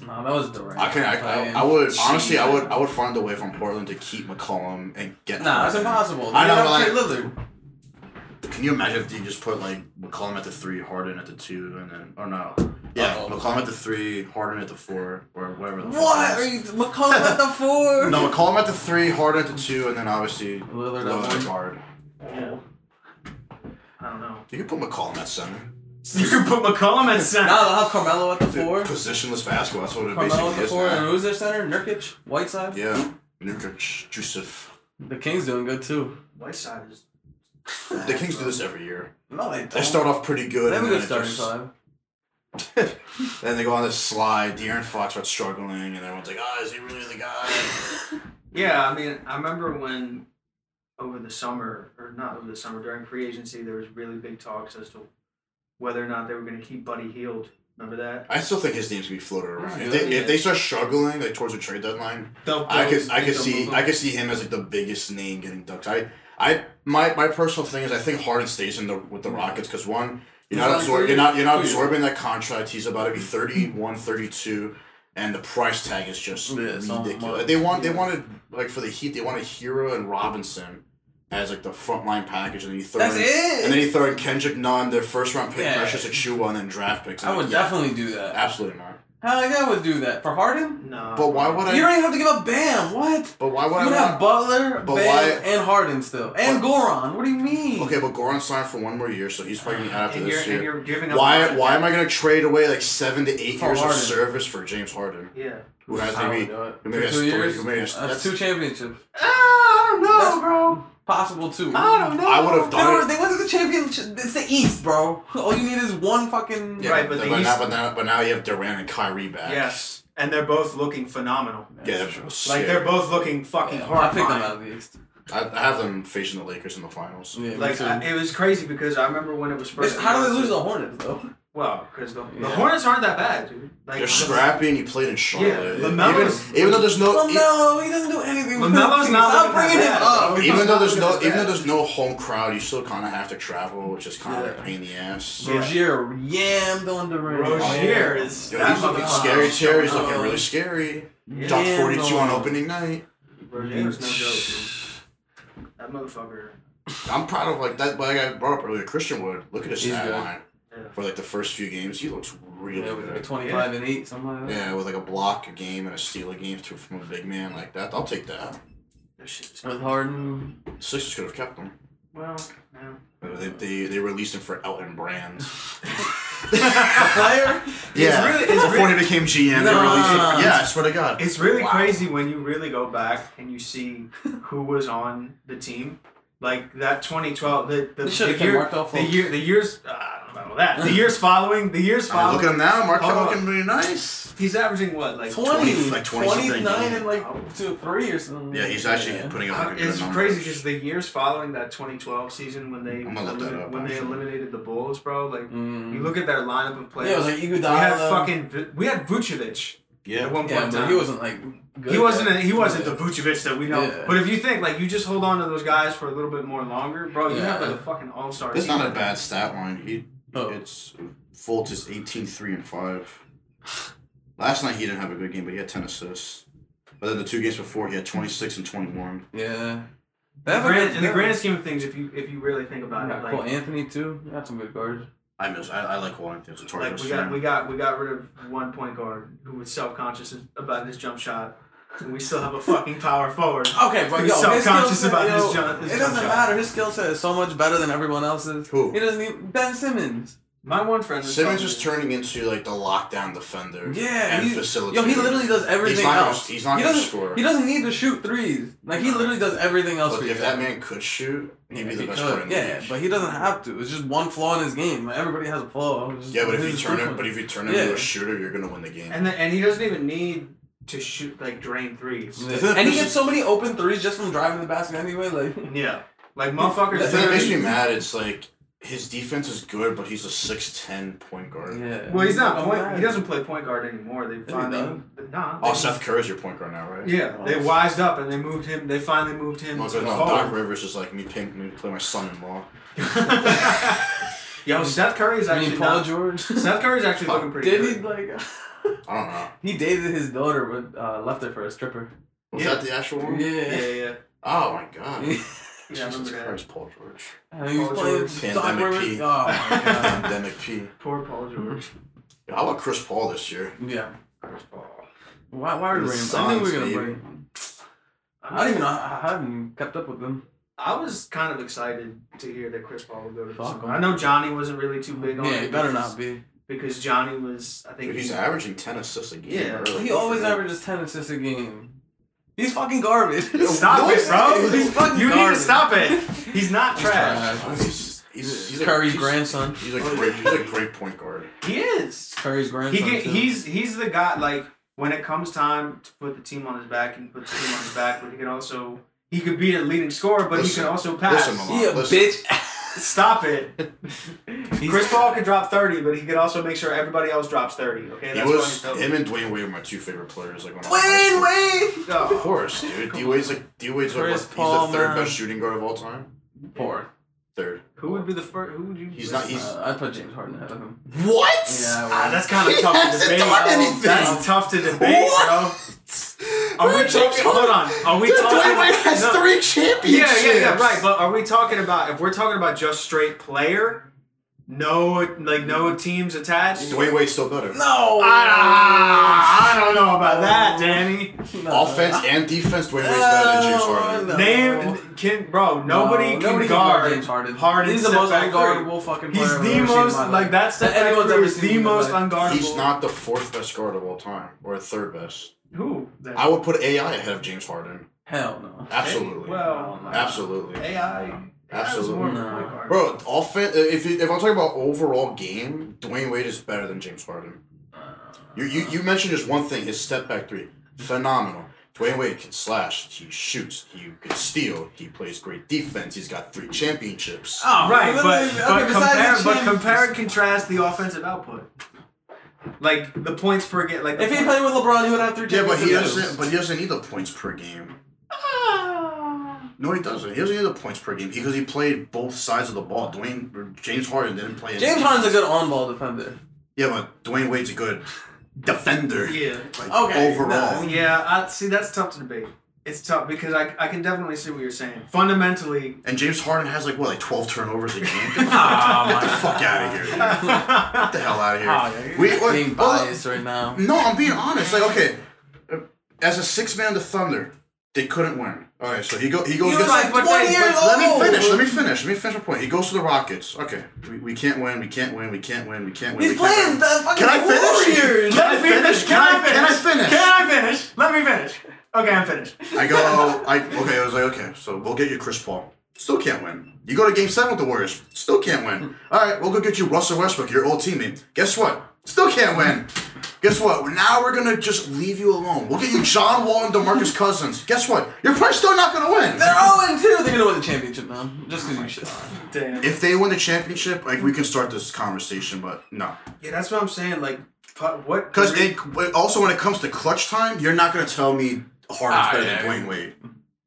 [SPEAKER 2] No, that was Durant.
[SPEAKER 1] I can. I, I, I would honestly. I would. I would find a way from Portland to keep McCollum and get.
[SPEAKER 2] Nah, that's
[SPEAKER 1] Harden.
[SPEAKER 2] impossible.
[SPEAKER 1] I know,
[SPEAKER 2] They
[SPEAKER 1] but
[SPEAKER 2] gotta play Lillard.
[SPEAKER 1] Can you imagine if you just put like McCollum at the three, Harden at the two, and then or no? Yeah,
[SPEAKER 2] Uh-oh.
[SPEAKER 1] McCollum at the three, Harden at the four, or whatever. The fuck
[SPEAKER 2] What?
[SPEAKER 1] it
[SPEAKER 2] Are
[SPEAKER 1] is.
[SPEAKER 2] you McCollum at the four?
[SPEAKER 1] No, McCollum at the three, Harden at the two, and then obviously
[SPEAKER 2] Lillard
[SPEAKER 1] Lillard
[SPEAKER 2] at
[SPEAKER 1] at
[SPEAKER 2] one.
[SPEAKER 1] guard.
[SPEAKER 3] Yeah. I don't know.
[SPEAKER 1] You could put McCollum at center.
[SPEAKER 3] You can put McCollum
[SPEAKER 2] Now
[SPEAKER 3] at center.
[SPEAKER 2] they'll have Carmelo at the
[SPEAKER 1] Dude,
[SPEAKER 2] four.
[SPEAKER 1] Positionless basketball. That's what it
[SPEAKER 2] Carmelo
[SPEAKER 1] basically
[SPEAKER 2] at the
[SPEAKER 1] is.
[SPEAKER 2] four. And
[SPEAKER 1] now.
[SPEAKER 2] who's their center? Nurkic? Whiteside?
[SPEAKER 1] Yeah, Nurkic, Joseph.
[SPEAKER 2] The Kings doing good too.
[SPEAKER 3] Whiteside is.
[SPEAKER 1] The Kings do this every year.
[SPEAKER 2] No, they don't.
[SPEAKER 1] They start off pretty good,
[SPEAKER 2] Oh. They have a
[SPEAKER 1] and then
[SPEAKER 2] good
[SPEAKER 1] it
[SPEAKER 2] starting
[SPEAKER 1] just-
[SPEAKER 2] five.
[SPEAKER 1] then they go on this slide. De'Aaron Fox starts struggling, and everyone's like, "Ah, is he really the guy?"
[SPEAKER 3] Yeah, I mean, I remember when over the summer, or not over the summer, during free agency, there was really big talks as to whether or not they were going to keep Buddy Healed. Remember that?
[SPEAKER 1] I still think his name's gonna be floated around.
[SPEAKER 2] He's
[SPEAKER 1] If
[SPEAKER 2] good,
[SPEAKER 1] they, if they start struggling like towards the trade deadline, I could I could see I could see him as like the biggest name getting ducked. I I my, my personal thing is I think Harden stays in the with the Rockets because one you're
[SPEAKER 2] He's
[SPEAKER 1] not
[SPEAKER 2] not
[SPEAKER 1] absor-
[SPEAKER 2] thirty-
[SPEAKER 1] you're not you're not
[SPEAKER 2] two years.
[SPEAKER 1] absorbing that contract. He's about to be 31, 32, and the price tag is just
[SPEAKER 2] Yeah, it's not
[SPEAKER 1] ridiculous.
[SPEAKER 2] much.
[SPEAKER 1] They want they
[SPEAKER 2] Yeah.
[SPEAKER 1] wanted like for the Heat they wanted Hero and Robinson as like the frontline package and then you throw
[SPEAKER 2] That's
[SPEAKER 1] in,
[SPEAKER 2] it.
[SPEAKER 1] and then you throw in Kendrick Nunn their first round pick
[SPEAKER 2] Yeah.
[SPEAKER 1] precious Achua and then draft picks.
[SPEAKER 2] I would
[SPEAKER 1] Yeah,
[SPEAKER 2] definitely do that.
[SPEAKER 1] absolutely not.
[SPEAKER 2] Hell like I would do that for Harden.
[SPEAKER 3] No.
[SPEAKER 1] But why would I?
[SPEAKER 2] You don't even have to give up Bam. What?
[SPEAKER 1] but why would
[SPEAKER 2] you
[SPEAKER 1] I?
[SPEAKER 2] would
[SPEAKER 1] want-
[SPEAKER 2] have Butler,
[SPEAKER 1] But
[SPEAKER 2] Bam,
[SPEAKER 1] why-
[SPEAKER 2] and Harden still, and Goron. What do you mean?
[SPEAKER 1] Okay, but Goran signed for one more year, so he's probably gonna be out after
[SPEAKER 3] Uh, And you're,
[SPEAKER 1] this
[SPEAKER 3] and
[SPEAKER 1] year.
[SPEAKER 3] you're giving up.
[SPEAKER 1] Why? Why am I gonna trade away like seven to eight
[SPEAKER 2] For
[SPEAKER 1] years of
[SPEAKER 2] Harden.
[SPEAKER 1] service for James Harden,
[SPEAKER 3] Yeah.
[SPEAKER 1] who has
[SPEAKER 2] I would
[SPEAKER 1] maybe
[SPEAKER 2] do it.
[SPEAKER 1] maybe
[SPEAKER 2] For
[SPEAKER 1] has
[SPEAKER 2] two
[SPEAKER 1] three-
[SPEAKER 2] years.
[SPEAKER 1] maybe has-
[SPEAKER 2] that's,
[SPEAKER 1] that's-
[SPEAKER 2] two championships.
[SPEAKER 3] Ah, I don't know,
[SPEAKER 2] That's-
[SPEAKER 3] bro.
[SPEAKER 2] Possible two.
[SPEAKER 3] I don't know.
[SPEAKER 1] I would have
[SPEAKER 2] They, were,
[SPEAKER 1] done it.
[SPEAKER 2] they went to the championship. It's the East, bro. All you need is one fucking.
[SPEAKER 1] Yeah,
[SPEAKER 3] Right, but
[SPEAKER 1] but,
[SPEAKER 3] the
[SPEAKER 1] now,
[SPEAKER 3] East-
[SPEAKER 1] but now, but now you have Durant and Kyrie back.
[SPEAKER 3] Yes, and they're both looking phenomenal.
[SPEAKER 1] Yeah, they're
[SPEAKER 3] Like
[SPEAKER 1] sick.
[SPEAKER 3] they're both looking fucking
[SPEAKER 2] Yeah, I
[SPEAKER 3] hard.
[SPEAKER 2] picked them out of the East.
[SPEAKER 1] I, I have them facing the Lakers in the finals.
[SPEAKER 2] Yeah, me
[SPEAKER 3] Like
[SPEAKER 2] too.
[SPEAKER 3] I, it was crazy because I remember when it was
[SPEAKER 2] It's-
[SPEAKER 3] first.
[SPEAKER 2] how do they lose
[SPEAKER 3] announced that-
[SPEAKER 2] the Hornets though?
[SPEAKER 3] Well, because the, the
[SPEAKER 2] Yeah.
[SPEAKER 3] Hornets aren't that bad, dude. Like
[SPEAKER 1] They're
[SPEAKER 3] the-
[SPEAKER 1] scrappy, and you played in Charlotte.
[SPEAKER 3] LaMelo's-
[SPEAKER 1] even, even though there's no. e-
[SPEAKER 2] LaMelo, he doesn't do anything. for
[SPEAKER 3] LaMelo's
[SPEAKER 2] the Kings.
[SPEAKER 3] not
[SPEAKER 2] Stop
[SPEAKER 3] looking that
[SPEAKER 2] bringing him
[SPEAKER 3] bad,
[SPEAKER 2] up.
[SPEAKER 3] bro.
[SPEAKER 1] Even though there's no,
[SPEAKER 3] Look at
[SPEAKER 1] even though
[SPEAKER 3] that.
[SPEAKER 1] there's no home crowd, you still kind of have to travel, which is kind of like a pain in the ass.
[SPEAKER 3] Yeah.
[SPEAKER 2] Rozier, yammed on Durant.
[SPEAKER 3] Rozier is
[SPEAKER 1] Oh, Yo,
[SPEAKER 3] that
[SPEAKER 1] he's looking
[SPEAKER 3] motherfucker
[SPEAKER 1] scary.
[SPEAKER 3] is
[SPEAKER 1] Terry's
[SPEAKER 3] showing
[SPEAKER 1] looking
[SPEAKER 3] up.
[SPEAKER 1] really scary.
[SPEAKER 3] Yeah.
[SPEAKER 1] Dropped
[SPEAKER 2] Yeah,
[SPEAKER 1] 42 on
[SPEAKER 2] no.
[SPEAKER 1] opening night.
[SPEAKER 3] Rozier's no joke. Dude. That motherfucker.
[SPEAKER 1] I'm proud of like that. Like I brought up earlier, Christian Wood. Look at his
[SPEAKER 2] He's
[SPEAKER 1] stat
[SPEAKER 2] good.
[SPEAKER 1] line
[SPEAKER 3] Yeah.
[SPEAKER 1] for like the first few games. He looks really
[SPEAKER 2] Yeah, with like
[SPEAKER 1] good.
[SPEAKER 2] 25 and 8, something like that.
[SPEAKER 1] Yeah, with like a block a game and a steal a game to, from a big man like that. I'll take that.
[SPEAKER 3] That shit is
[SPEAKER 2] With Harden.
[SPEAKER 1] Sixers could have kept him.
[SPEAKER 3] Well, no.
[SPEAKER 1] But They, they, they released him for Elton Brand.
[SPEAKER 2] Player?
[SPEAKER 1] yeah,
[SPEAKER 3] really- it's
[SPEAKER 1] before
[SPEAKER 3] really-
[SPEAKER 1] he became GM, they
[SPEAKER 2] No.
[SPEAKER 1] released him. For, yeah, I swear to God.
[SPEAKER 3] It's really
[SPEAKER 1] Wow.
[SPEAKER 3] crazy when you really go back and you see who was on the team. Like that 2012, the the,
[SPEAKER 2] They
[SPEAKER 3] the
[SPEAKER 2] should have
[SPEAKER 3] year,
[SPEAKER 2] marked off
[SPEAKER 3] the year, the years. Uh, I don't know about that. The years following, the years
[SPEAKER 1] I mean,
[SPEAKER 3] following.
[SPEAKER 1] look at him now. Markel
[SPEAKER 3] Hold on.
[SPEAKER 1] looking pretty nice.
[SPEAKER 3] He's averaging what, like
[SPEAKER 2] 20,
[SPEAKER 1] like 20 something,
[SPEAKER 2] 29
[SPEAKER 1] yeah.
[SPEAKER 2] and like two, 3 or something.
[SPEAKER 1] Yeah, he's actually
[SPEAKER 2] Yeah.
[SPEAKER 1] putting up.
[SPEAKER 3] Uh,
[SPEAKER 1] a good
[SPEAKER 3] It's
[SPEAKER 1] number.
[SPEAKER 3] crazy because the years following that 2012 season when they
[SPEAKER 1] I'm gonna look that
[SPEAKER 3] elimin-
[SPEAKER 1] up,
[SPEAKER 3] when they
[SPEAKER 1] actually. Mm-hmm.
[SPEAKER 3] eliminated the Bulls, bro. Like
[SPEAKER 2] Mm.
[SPEAKER 3] you look at their lineup of players.
[SPEAKER 2] yeah, it was like
[SPEAKER 3] we had
[SPEAKER 2] Iguodala.
[SPEAKER 3] fucking Vi- we had Vucevic
[SPEAKER 1] Yeah.
[SPEAKER 3] at one point.
[SPEAKER 2] Yeah,
[SPEAKER 3] in
[SPEAKER 2] but
[SPEAKER 3] time.
[SPEAKER 2] he wasn't like. Good Oh,
[SPEAKER 3] he wasn't
[SPEAKER 2] yet.
[SPEAKER 3] a, he wasn't the Vucevic that we know.
[SPEAKER 2] Yeah.
[SPEAKER 3] But if you think like you just hold on to those guys for a little bit more longer, bro, you have
[SPEAKER 2] Yeah.
[SPEAKER 3] like a fucking all star.
[SPEAKER 1] It's not a bad stat line. He
[SPEAKER 2] Oh.
[SPEAKER 1] it's Fultz is 18, 3, and 5. Last night he didn't have a good game, but he had 10 assists. But then the two games before he had 26 and 21.
[SPEAKER 2] Yeah.
[SPEAKER 3] In the, grand, in the
[SPEAKER 2] Yeah.
[SPEAKER 3] grand scheme of things, if you if you really think about
[SPEAKER 2] Yeah,
[SPEAKER 3] it, like
[SPEAKER 2] Cole Anthony too. That's some good guards.
[SPEAKER 1] I miss I, I like Warren Things.
[SPEAKER 3] Like we got we got we got rid of one point guard who was self conscious about his jump shot. and we still have a fucking power forward.
[SPEAKER 2] Okay, but
[SPEAKER 3] He's
[SPEAKER 2] yo, his skill
[SPEAKER 3] self-conscious
[SPEAKER 2] set,
[SPEAKER 3] about
[SPEAKER 2] yo,
[SPEAKER 3] his jump- his
[SPEAKER 2] it
[SPEAKER 3] jump
[SPEAKER 2] doesn't
[SPEAKER 3] shot.
[SPEAKER 2] matter. His skill set is so much better than everyone else's.
[SPEAKER 1] Who?
[SPEAKER 2] He doesn't even Ben Simmons.
[SPEAKER 3] My one friend was
[SPEAKER 1] Simmons
[SPEAKER 3] telling
[SPEAKER 1] is
[SPEAKER 3] me-
[SPEAKER 1] turning into like the lockdown defender.
[SPEAKER 2] Yeah,
[SPEAKER 1] and
[SPEAKER 2] he-
[SPEAKER 1] facilitator.
[SPEAKER 2] Yo, he literally does everything
[SPEAKER 1] He's not gonna-
[SPEAKER 2] else.
[SPEAKER 1] he's not
[SPEAKER 2] he
[SPEAKER 1] gonna
[SPEAKER 2] doesn't,
[SPEAKER 1] score.
[SPEAKER 2] He doesn't need to shoot threes. Like he literally does everything else.
[SPEAKER 1] But
[SPEAKER 2] for
[SPEAKER 1] if
[SPEAKER 2] you.
[SPEAKER 1] that man could shoot, he'd be
[SPEAKER 2] Yeah,
[SPEAKER 1] the
[SPEAKER 2] he
[SPEAKER 1] best
[SPEAKER 2] could.
[SPEAKER 1] player in the
[SPEAKER 2] Yeah,
[SPEAKER 1] league.
[SPEAKER 2] but he doesn't have to. It's just one flaw in his game. Like, everybody has a flaw. It's just-
[SPEAKER 1] yeah, but if you
[SPEAKER 2] his
[SPEAKER 1] turn him,
[SPEAKER 2] different.
[SPEAKER 1] but if you turn him
[SPEAKER 2] Yeah.
[SPEAKER 1] into a shooter, you're gonna win the game.
[SPEAKER 3] And then, and he doesn't even need to shoot like drain threes.
[SPEAKER 1] I feel like
[SPEAKER 2] and he
[SPEAKER 1] this
[SPEAKER 2] gets
[SPEAKER 1] is-
[SPEAKER 2] so many open threes just from driving the basket anyway. Like,
[SPEAKER 3] Yeah, like
[SPEAKER 1] the
[SPEAKER 3] motherfuckers.
[SPEAKER 1] thing that makes me
[SPEAKER 3] literally-
[SPEAKER 1] mad, it's like his defense is good, but he's a six ten point guard.
[SPEAKER 2] yeah.
[SPEAKER 3] Well, he's not
[SPEAKER 2] I'm
[SPEAKER 3] point.
[SPEAKER 2] mad.
[SPEAKER 3] He doesn't play point guard anymore. They
[SPEAKER 2] he
[SPEAKER 3] finally,
[SPEAKER 2] does.
[SPEAKER 3] nah.
[SPEAKER 1] Oh,
[SPEAKER 3] they-
[SPEAKER 1] Seth Curry's your point guard now, right?
[SPEAKER 3] Yeah,
[SPEAKER 2] Oh,
[SPEAKER 3] they wised up and they moved him. They finally moved him.
[SPEAKER 1] No, no,
[SPEAKER 3] to the
[SPEAKER 1] Oh, Doc
[SPEAKER 3] forward.
[SPEAKER 1] Rivers is like me. Pink, me play my son-in-law.
[SPEAKER 3] Yo, Seth Curry's
[SPEAKER 2] I
[SPEAKER 3] actually
[SPEAKER 2] mean, Paul
[SPEAKER 3] not-
[SPEAKER 2] George.
[SPEAKER 3] Seth Curry's actually looking pretty
[SPEAKER 2] Did
[SPEAKER 3] good.
[SPEAKER 2] he like?
[SPEAKER 1] I don't know.
[SPEAKER 2] He dated his daughter, but uh, left her for a stripper.
[SPEAKER 1] Was
[SPEAKER 3] Yeah.
[SPEAKER 1] that the actual one?
[SPEAKER 3] Yeah,
[SPEAKER 2] Yeah.
[SPEAKER 3] yeah,
[SPEAKER 1] Oh my god.
[SPEAKER 2] Yeah,
[SPEAKER 3] yeah. I remember
[SPEAKER 1] Jesus
[SPEAKER 3] that.
[SPEAKER 1] Christ, Paul George.
[SPEAKER 2] And he was
[SPEAKER 3] Paul
[SPEAKER 2] playing
[SPEAKER 3] George.
[SPEAKER 2] Doc
[SPEAKER 1] Pandemic
[SPEAKER 2] Rivers.
[SPEAKER 1] P.
[SPEAKER 2] Oh my god.
[SPEAKER 1] Pandemic P.
[SPEAKER 3] Poor Paul
[SPEAKER 2] Hmm.
[SPEAKER 3] George.
[SPEAKER 1] Yeah, I want Chris Paul this year.
[SPEAKER 2] yeah.
[SPEAKER 3] Chris Paul.
[SPEAKER 2] Why? Why are we
[SPEAKER 1] The
[SPEAKER 2] bringing? him? I
[SPEAKER 1] Suns,
[SPEAKER 2] think we're gonna
[SPEAKER 1] baby.
[SPEAKER 2] bring. him. I don't even know. I I haven't kept up with them.
[SPEAKER 3] I was kind of excited to hear that Chris Paul would go to the
[SPEAKER 2] Fuck
[SPEAKER 3] Suns.
[SPEAKER 2] him.
[SPEAKER 3] I know Johnny wasn't really too big on
[SPEAKER 2] yeah,
[SPEAKER 3] it.
[SPEAKER 2] it better
[SPEAKER 3] because-
[SPEAKER 2] not be.
[SPEAKER 3] Because Johnny was, I think
[SPEAKER 1] Dude, he's averaging ten assists a game.
[SPEAKER 3] Yeah,
[SPEAKER 1] bro.
[SPEAKER 2] He always averages ten assists a game. He's fucking garbage.
[SPEAKER 3] Stop
[SPEAKER 1] Don't
[SPEAKER 3] it, bro.
[SPEAKER 1] say-
[SPEAKER 2] He's fucking
[SPEAKER 3] you need to
[SPEAKER 2] garbage.
[SPEAKER 3] stop it. He's not
[SPEAKER 2] He's
[SPEAKER 3] trash.
[SPEAKER 2] trash.
[SPEAKER 1] He's, he's, he's a-
[SPEAKER 2] Curry's
[SPEAKER 1] he's-
[SPEAKER 2] grandson.
[SPEAKER 1] He's a great. He's a great point guard.
[SPEAKER 3] He is.
[SPEAKER 2] Curry's grandson.
[SPEAKER 3] He get,
[SPEAKER 2] too.
[SPEAKER 3] he's he's the guy. Like when it comes time to put the team on his back, he can put the team on his back. But he can also he could be a leading scorer, but
[SPEAKER 1] Listen.
[SPEAKER 3] he can also pass.
[SPEAKER 1] Listen, Mama.
[SPEAKER 2] he a
[SPEAKER 1] Listen.
[SPEAKER 2] bitch.
[SPEAKER 3] Stop it. Chris Paul could drop thirty, but he could also make sure everybody else drops thirty. Okay,
[SPEAKER 1] He
[SPEAKER 3] that's
[SPEAKER 1] was
[SPEAKER 3] why he's
[SPEAKER 1] him and Dwayne Wade were my two favorite players. Like when I was in high
[SPEAKER 2] Wayne,
[SPEAKER 1] school.
[SPEAKER 2] Wayne.
[SPEAKER 1] Of
[SPEAKER 3] Oh,
[SPEAKER 1] course, dude. D Wade's like D Wade's like what,
[SPEAKER 2] Chris
[SPEAKER 1] he's
[SPEAKER 2] Paul,
[SPEAKER 1] the third
[SPEAKER 2] man.
[SPEAKER 1] best shooting guard of all time.
[SPEAKER 2] Four.
[SPEAKER 1] Third.
[SPEAKER 3] who would be the first? Who would you?
[SPEAKER 1] He's not- he's-
[SPEAKER 2] Uh, I'd put James Harden ahead of him.
[SPEAKER 1] What?
[SPEAKER 2] Yeah,
[SPEAKER 3] Ah, that's kind of
[SPEAKER 1] He
[SPEAKER 3] tough to
[SPEAKER 1] hasn't
[SPEAKER 3] debate.
[SPEAKER 1] done
[SPEAKER 3] bro.
[SPEAKER 1] anything.
[SPEAKER 3] That's tough to debate, bro. Are we talking? Hold on. Are we talking? no.
[SPEAKER 1] three championships.
[SPEAKER 3] Yeah, yeah, yeah, right. But are we talking about if we're talking about just straight player, no, like no teams attached?
[SPEAKER 1] Dwayne Wade's still better.
[SPEAKER 2] No.
[SPEAKER 3] Ah, I don't know about that, Danny.
[SPEAKER 1] Offense and defense, Dwayne Wade's better than James Harden.
[SPEAKER 2] No.
[SPEAKER 3] Name can bro.
[SPEAKER 2] No,
[SPEAKER 3] Nobody, can,
[SPEAKER 2] nobody
[SPEAKER 3] guard
[SPEAKER 2] James Harden.
[SPEAKER 3] Harden's
[SPEAKER 2] He's the
[SPEAKER 3] step
[SPEAKER 2] most
[SPEAKER 3] back three.
[SPEAKER 2] unguardable fucking player.
[SPEAKER 3] He's
[SPEAKER 2] I've
[SPEAKER 3] the
[SPEAKER 2] ever seen in
[SPEAKER 3] most
[SPEAKER 2] my life.
[SPEAKER 3] like that step
[SPEAKER 2] That
[SPEAKER 3] back
[SPEAKER 2] anyone's
[SPEAKER 3] three
[SPEAKER 2] ever
[SPEAKER 3] is
[SPEAKER 2] seen
[SPEAKER 3] the
[SPEAKER 2] in my
[SPEAKER 3] most
[SPEAKER 2] life.
[SPEAKER 3] unguardable.
[SPEAKER 1] He's not the fourth best guard of all time, or third best.
[SPEAKER 3] who. Then?
[SPEAKER 1] I would put AI ahead of James Harden.
[SPEAKER 2] Hell no.
[SPEAKER 1] Absolutely.
[SPEAKER 3] Well,
[SPEAKER 1] Absolutely.
[SPEAKER 3] AI.
[SPEAKER 1] Absolutely.
[SPEAKER 3] AI is more of a
[SPEAKER 2] No.
[SPEAKER 3] point guard.
[SPEAKER 1] Bro, offense. If you, if I'm talking about overall game, Dwayne Wade is better than James Harden. You you, you mentioned just one thing: his step back three, phenomenal. Dwayne Wade can slash. He shoots. He can steal. He plays great defense. He's got three championships.
[SPEAKER 2] Oh,
[SPEAKER 3] Right, but,
[SPEAKER 2] literally-
[SPEAKER 3] but,
[SPEAKER 2] okay,
[SPEAKER 3] compare,
[SPEAKER 2] besides the
[SPEAKER 3] but
[SPEAKER 2] Chiefs-
[SPEAKER 3] compare and contrast the offensive output. Like the points per game. Like the
[SPEAKER 2] If he
[SPEAKER 3] point-
[SPEAKER 2] played with LeBron, he would have three.
[SPEAKER 1] Yeah, but he
[SPEAKER 2] championships.
[SPEAKER 1] doesn't. But he doesn't need the points per game.
[SPEAKER 2] Ah.
[SPEAKER 1] No, he doesn't. He doesn't need the points per game because he played both sides of the ball. Dwayne or James Harden didn't play.
[SPEAKER 2] James Harden's a good on-ball defender.
[SPEAKER 1] Yeah, but Dwayne Wade's a good defender.
[SPEAKER 3] yeah,
[SPEAKER 1] Like,
[SPEAKER 2] Okay,
[SPEAKER 1] Overall.
[SPEAKER 2] no.
[SPEAKER 3] yeah. I, see, that's tough to debate. It's tough because I, I can definitely see what you're saying. Fundamentally,
[SPEAKER 1] And James Harden has like what, like twelve turnovers a game. Get the,
[SPEAKER 2] Ah,
[SPEAKER 1] fuck- get the
[SPEAKER 2] my
[SPEAKER 1] fuck out of here! dude. Get the hell out of here!
[SPEAKER 2] Oh,
[SPEAKER 3] Ah, yeah, you're
[SPEAKER 1] we were-
[SPEAKER 2] Being biased right now.
[SPEAKER 1] oh, no, I'm being honest. Like, okay, as a six man, the Thunder they couldn't win. All right, so he go he goes.
[SPEAKER 2] He
[SPEAKER 1] Gets,
[SPEAKER 2] was like
[SPEAKER 3] but
[SPEAKER 2] 20
[SPEAKER 3] they-
[SPEAKER 2] years
[SPEAKER 3] but
[SPEAKER 2] old.
[SPEAKER 1] let me finish. Let me finish. Let me finish my point. He goes to the Rockets. Okay, we, we can't win. We can't win. We can't win. We can't win.
[SPEAKER 2] He's
[SPEAKER 1] we can't
[SPEAKER 2] playing
[SPEAKER 1] win.
[SPEAKER 2] the fucking
[SPEAKER 1] Can I finish?
[SPEAKER 2] Warriors.
[SPEAKER 1] Can I finish? Can I can I finish?
[SPEAKER 3] Can I finish? Let me finish. Okay, I'm finished.
[SPEAKER 1] I go, I okay. I was like, okay, so we'll get you Chris Paul. Still can't win. You go to Game Seven with the Warriors. Still can't win. All right, we'll go get you Russell Westbrook, your old teammate. Guess what? Still can't win. Guess what? Now we're gonna just leave you alone. We'll get you John Wall and DeMarcus Cousins. Guess what? You're probably still not gonna win.
[SPEAKER 2] They're all in two. They're gonna win the championship now, just
[SPEAKER 1] Oh
[SPEAKER 2] because you should.
[SPEAKER 3] Damn.
[SPEAKER 1] If they win the championship, like we can start this conversation, but no,
[SPEAKER 3] Yeah, that's what I'm saying. Like, pu- what?
[SPEAKER 1] because it but also when it comes to clutch time, you're not gonna tell me Harden's
[SPEAKER 2] Ah,
[SPEAKER 1] better
[SPEAKER 2] yeah.
[SPEAKER 1] than Dwayne Wade.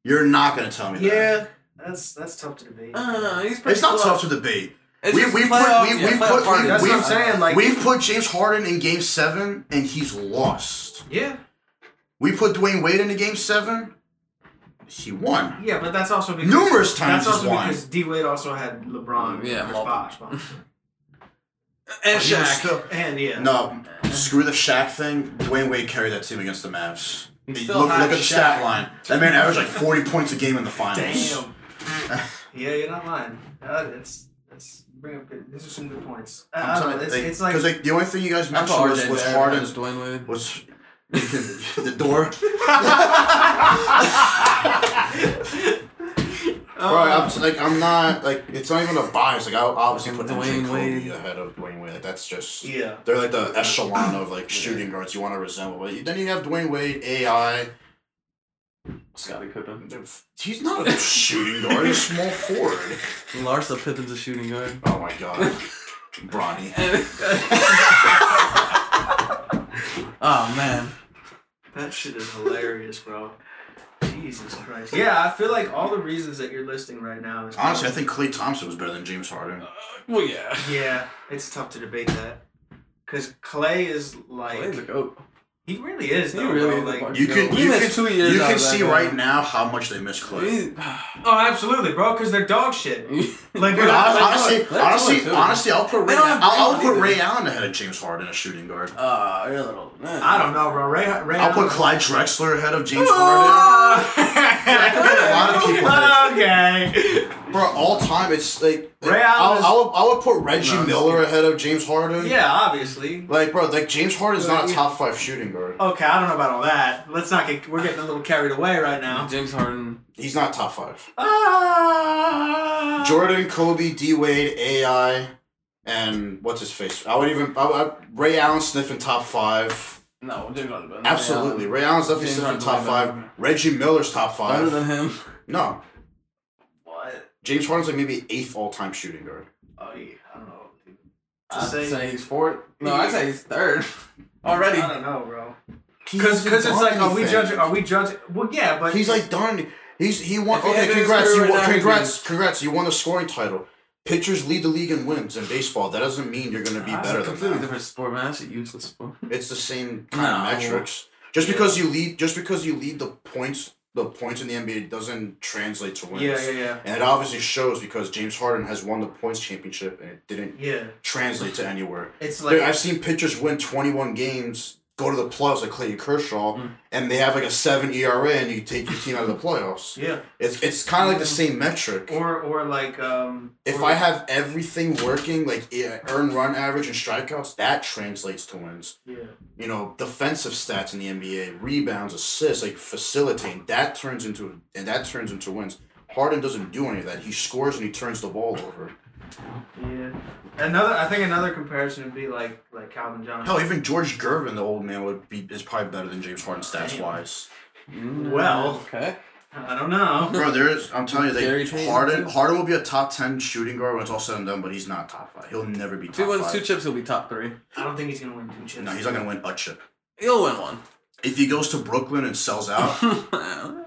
[SPEAKER 1] You're not gonna tell me that.
[SPEAKER 3] Yeah, that's that's tough to debate.
[SPEAKER 2] Uh, he's pretty
[SPEAKER 1] It's not
[SPEAKER 2] close.
[SPEAKER 1] tough to debate.
[SPEAKER 2] It's
[SPEAKER 1] We,
[SPEAKER 2] just
[SPEAKER 1] we've
[SPEAKER 2] playoff-
[SPEAKER 1] put, we,
[SPEAKER 2] yeah,
[SPEAKER 1] we've
[SPEAKER 2] playoff
[SPEAKER 1] put,
[SPEAKER 2] party.
[SPEAKER 3] That's
[SPEAKER 1] we've,
[SPEAKER 3] what I'm saying, like-
[SPEAKER 1] we've put James Harden in Game Seven, and he's lost.
[SPEAKER 3] yeah,
[SPEAKER 1] We put Dwayne Wade into Game Seven, he won.
[SPEAKER 3] yeah, but that's also because
[SPEAKER 1] Numerous times
[SPEAKER 3] That's
[SPEAKER 1] he's
[SPEAKER 3] also
[SPEAKER 1] won.
[SPEAKER 3] because D Wade also had LeBron.
[SPEAKER 2] Yeah,
[SPEAKER 3] Chris
[SPEAKER 2] multiple.
[SPEAKER 3] Bosh, Bosh.
[SPEAKER 2] and
[SPEAKER 1] He was
[SPEAKER 2] Shaq.
[SPEAKER 1] still-
[SPEAKER 3] and yeah.
[SPEAKER 1] no, screw the Shaq thing. Dwayne Wade carried that team against the Mavs.
[SPEAKER 2] He
[SPEAKER 1] Hey,
[SPEAKER 2] still
[SPEAKER 1] Look, look
[SPEAKER 2] had
[SPEAKER 1] at the stat line. That man averaged like 40 points a game in the finals.
[SPEAKER 3] Damn. yeah, you're not lying. Uh, that's that's bring up good. These are some good points. Uh, I, I
[SPEAKER 1] I'm
[SPEAKER 3] don't know.
[SPEAKER 1] telling you,
[SPEAKER 3] It's,
[SPEAKER 1] they-
[SPEAKER 3] it's like,
[SPEAKER 1] because like the only thing you guys
[SPEAKER 2] I
[SPEAKER 1] mentioned
[SPEAKER 2] thought
[SPEAKER 1] was,
[SPEAKER 2] RJ
[SPEAKER 1] was
[SPEAKER 2] was
[SPEAKER 1] Harden
[SPEAKER 2] Harden's Dwayne Wade.
[SPEAKER 1] was the door.
[SPEAKER 3] Um,
[SPEAKER 1] Bro, I'm s- like I'm not like it's not even a bias. Like I would obviously put
[SPEAKER 2] Dwayne
[SPEAKER 1] Dwayne
[SPEAKER 2] Wade.
[SPEAKER 1] Wade ahead of Dwayne Wade. Like, that's just
[SPEAKER 3] yeah.
[SPEAKER 1] they're like the echelon of like shooting guards you want to resemble. But then you have Dwayne Wade, AI.
[SPEAKER 2] Scotty Pippen.
[SPEAKER 1] He's not a shooting guard. He's a small forward.
[SPEAKER 2] Larsa Pippen's a shooting guard.
[SPEAKER 1] Oh my god, Bronny.
[SPEAKER 2] oh man.
[SPEAKER 3] That shit is hilarious, bro. Jesus Christ. Yeah, I feel like all the reasons that you're listing right now is
[SPEAKER 1] Honestly, I think Klay Thompson was better than James Harden.
[SPEAKER 2] Uh, well, yeah.
[SPEAKER 3] Yeah, it's tough to debate that. Cause Clay is like
[SPEAKER 2] Oh, He's a goat.
[SPEAKER 3] he really is.
[SPEAKER 2] He
[SPEAKER 3] Though,
[SPEAKER 2] really
[SPEAKER 3] bro.
[SPEAKER 2] is a
[SPEAKER 3] like
[SPEAKER 2] bunch.
[SPEAKER 1] You can
[SPEAKER 2] We
[SPEAKER 1] you
[SPEAKER 2] missed
[SPEAKER 1] can,
[SPEAKER 2] two years
[SPEAKER 1] you
[SPEAKER 2] out
[SPEAKER 1] can
[SPEAKER 2] of that
[SPEAKER 1] see
[SPEAKER 2] guy.
[SPEAKER 1] right now how much they miss Klay.
[SPEAKER 2] He-
[SPEAKER 3] Oh, absolutely, bro. Cause they're dog shit. Like,
[SPEAKER 1] Dude,
[SPEAKER 3] Let
[SPEAKER 1] hon-
[SPEAKER 3] Klay
[SPEAKER 1] honestly,
[SPEAKER 2] Let Klay
[SPEAKER 1] honestly,
[SPEAKER 2] too.
[SPEAKER 1] honestly, I'll put Ray.
[SPEAKER 2] don't have
[SPEAKER 1] I'll, I'll
[SPEAKER 2] Draymond
[SPEAKER 1] put Ray
[SPEAKER 2] either.
[SPEAKER 1] Allen ahead of James Harden as shooting guard.
[SPEAKER 2] Ah, you're a little. Man.
[SPEAKER 3] I don't know, bro. Ray, Ray
[SPEAKER 1] I'll put
[SPEAKER 3] Allen-
[SPEAKER 1] Clyde Drexler ahead of James Harden. lot of people
[SPEAKER 3] a Okay.
[SPEAKER 1] Bro, all time it's like
[SPEAKER 3] Ray
[SPEAKER 1] I'll,
[SPEAKER 3] Allen is-
[SPEAKER 1] I'll, I would put Reggie
[SPEAKER 2] No, I'm just
[SPEAKER 1] Miller ahead of James Harden.
[SPEAKER 3] Yeah, obviously.
[SPEAKER 1] Like, bro, like James Harden's not a
[SPEAKER 3] Yeah.
[SPEAKER 1] top five shooting guard.
[SPEAKER 3] Okay, I don't know about all that. Let's not get. We're getting a little carried away
[SPEAKER 1] Mm-hmm.
[SPEAKER 3] right now.
[SPEAKER 2] James Harden.
[SPEAKER 1] He's not top five.
[SPEAKER 3] Ah.
[SPEAKER 1] Jordan, Kobe, D Wade, AI, and what's his face? I would even I, I, Ray Allen sniffing top five.
[SPEAKER 2] No, James Harden. better than
[SPEAKER 1] Absolutely,
[SPEAKER 2] Ray
[SPEAKER 1] Ray Allen's definitely
[SPEAKER 2] James
[SPEAKER 1] sniffing
[SPEAKER 2] Harden's
[SPEAKER 1] top
[SPEAKER 2] way better.
[SPEAKER 1] five. Reggie Miller's top
[SPEAKER 2] Allen. Better
[SPEAKER 1] five.
[SPEAKER 2] than him.
[SPEAKER 1] No,
[SPEAKER 3] What?
[SPEAKER 1] James Harden's like maybe eighth all time shooting guard.
[SPEAKER 3] Oh, yeah, I don't know. dude. To
[SPEAKER 2] I'd say,
[SPEAKER 3] say,
[SPEAKER 2] he's fourth. No, I'd say he's third. Already.
[SPEAKER 3] I don't know, bro. Because it's like, are we judging? Are we judging? Well, yeah, but
[SPEAKER 1] He's like done. He's he won.
[SPEAKER 2] If he
[SPEAKER 1] Okay,
[SPEAKER 2] had been
[SPEAKER 1] congrats.
[SPEAKER 2] his
[SPEAKER 1] You
[SPEAKER 2] career
[SPEAKER 1] won,
[SPEAKER 2] right now, he'd
[SPEAKER 1] congrats, congrats. You won the scoring title. Pitchers lead the league in wins in baseball. That doesn't mean you're going to be
[SPEAKER 3] Ah,
[SPEAKER 1] better than
[SPEAKER 2] Completely
[SPEAKER 1] that.
[SPEAKER 2] different sport, man. That's a useless sport.
[SPEAKER 1] It's the same kind
[SPEAKER 2] No.
[SPEAKER 1] of metrics. Just
[SPEAKER 3] Yeah.
[SPEAKER 1] because you lead, just because you lead the points, the points in the NBA doesn't translate to wins.
[SPEAKER 3] yeah, yeah, yeah,
[SPEAKER 1] And it obviously shows because James Harden has won the points championship and it didn't
[SPEAKER 3] yeah.
[SPEAKER 1] translate to anywhere.
[SPEAKER 3] It's
[SPEAKER 1] Dude,
[SPEAKER 3] like
[SPEAKER 1] I've seen pitchers win 21 games, go to the playoffs like Clayton Kershaw,
[SPEAKER 2] Mm.
[SPEAKER 1] and they have like a 7 ERA and you take your team out of the playoffs.
[SPEAKER 3] yeah,
[SPEAKER 1] It's it's kind of like the same metric.
[SPEAKER 3] or or like um.
[SPEAKER 1] If
[SPEAKER 3] or-
[SPEAKER 1] I have everything working, like yeah, earn run average and strikeouts, that translates to wins.
[SPEAKER 3] yeah,
[SPEAKER 1] You know, defensive stats in the NBA, rebounds, assists, like facilitating, that turns into and that turns into wins. Harden doesn't do any of that. He scores and he turns the ball over.
[SPEAKER 3] yeah. Another, I think another comparison would be like like Calvin Johnson.
[SPEAKER 1] Hell, even George Gervin, the old man, would be is probably better than James Harden stats wise.
[SPEAKER 2] Mm,
[SPEAKER 3] Well.
[SPEAKER 2] Okay.
[SPEAKER 3] I don't know.
[SPEAKER 1] Bro, there's. I'm telling you,
[SPEAKER 2] Gary
[SPEAKER 1] they,
[SPEAKER 2] Payton,
[SPEAKER 1] Harden.
[SPEAKER 2] too.
[SPEAKER 1] Harden will be a top ten shooting guard when it's all said and done, but he's not top five. He'll never be top
[SPEAKER 2] If he wins
[SPEAKER 1] five.
[SPEAKER 2] two chips, he'll be top three.
[SPEAKER 3] I don't think he's gonna win two chips.
[SPEAKER 1] no, he's not gonna win a chip.
[SPEAKER 2] He'll win one.
[SPEAKER 1] If he goes to Brooklyn and sells out, Oh.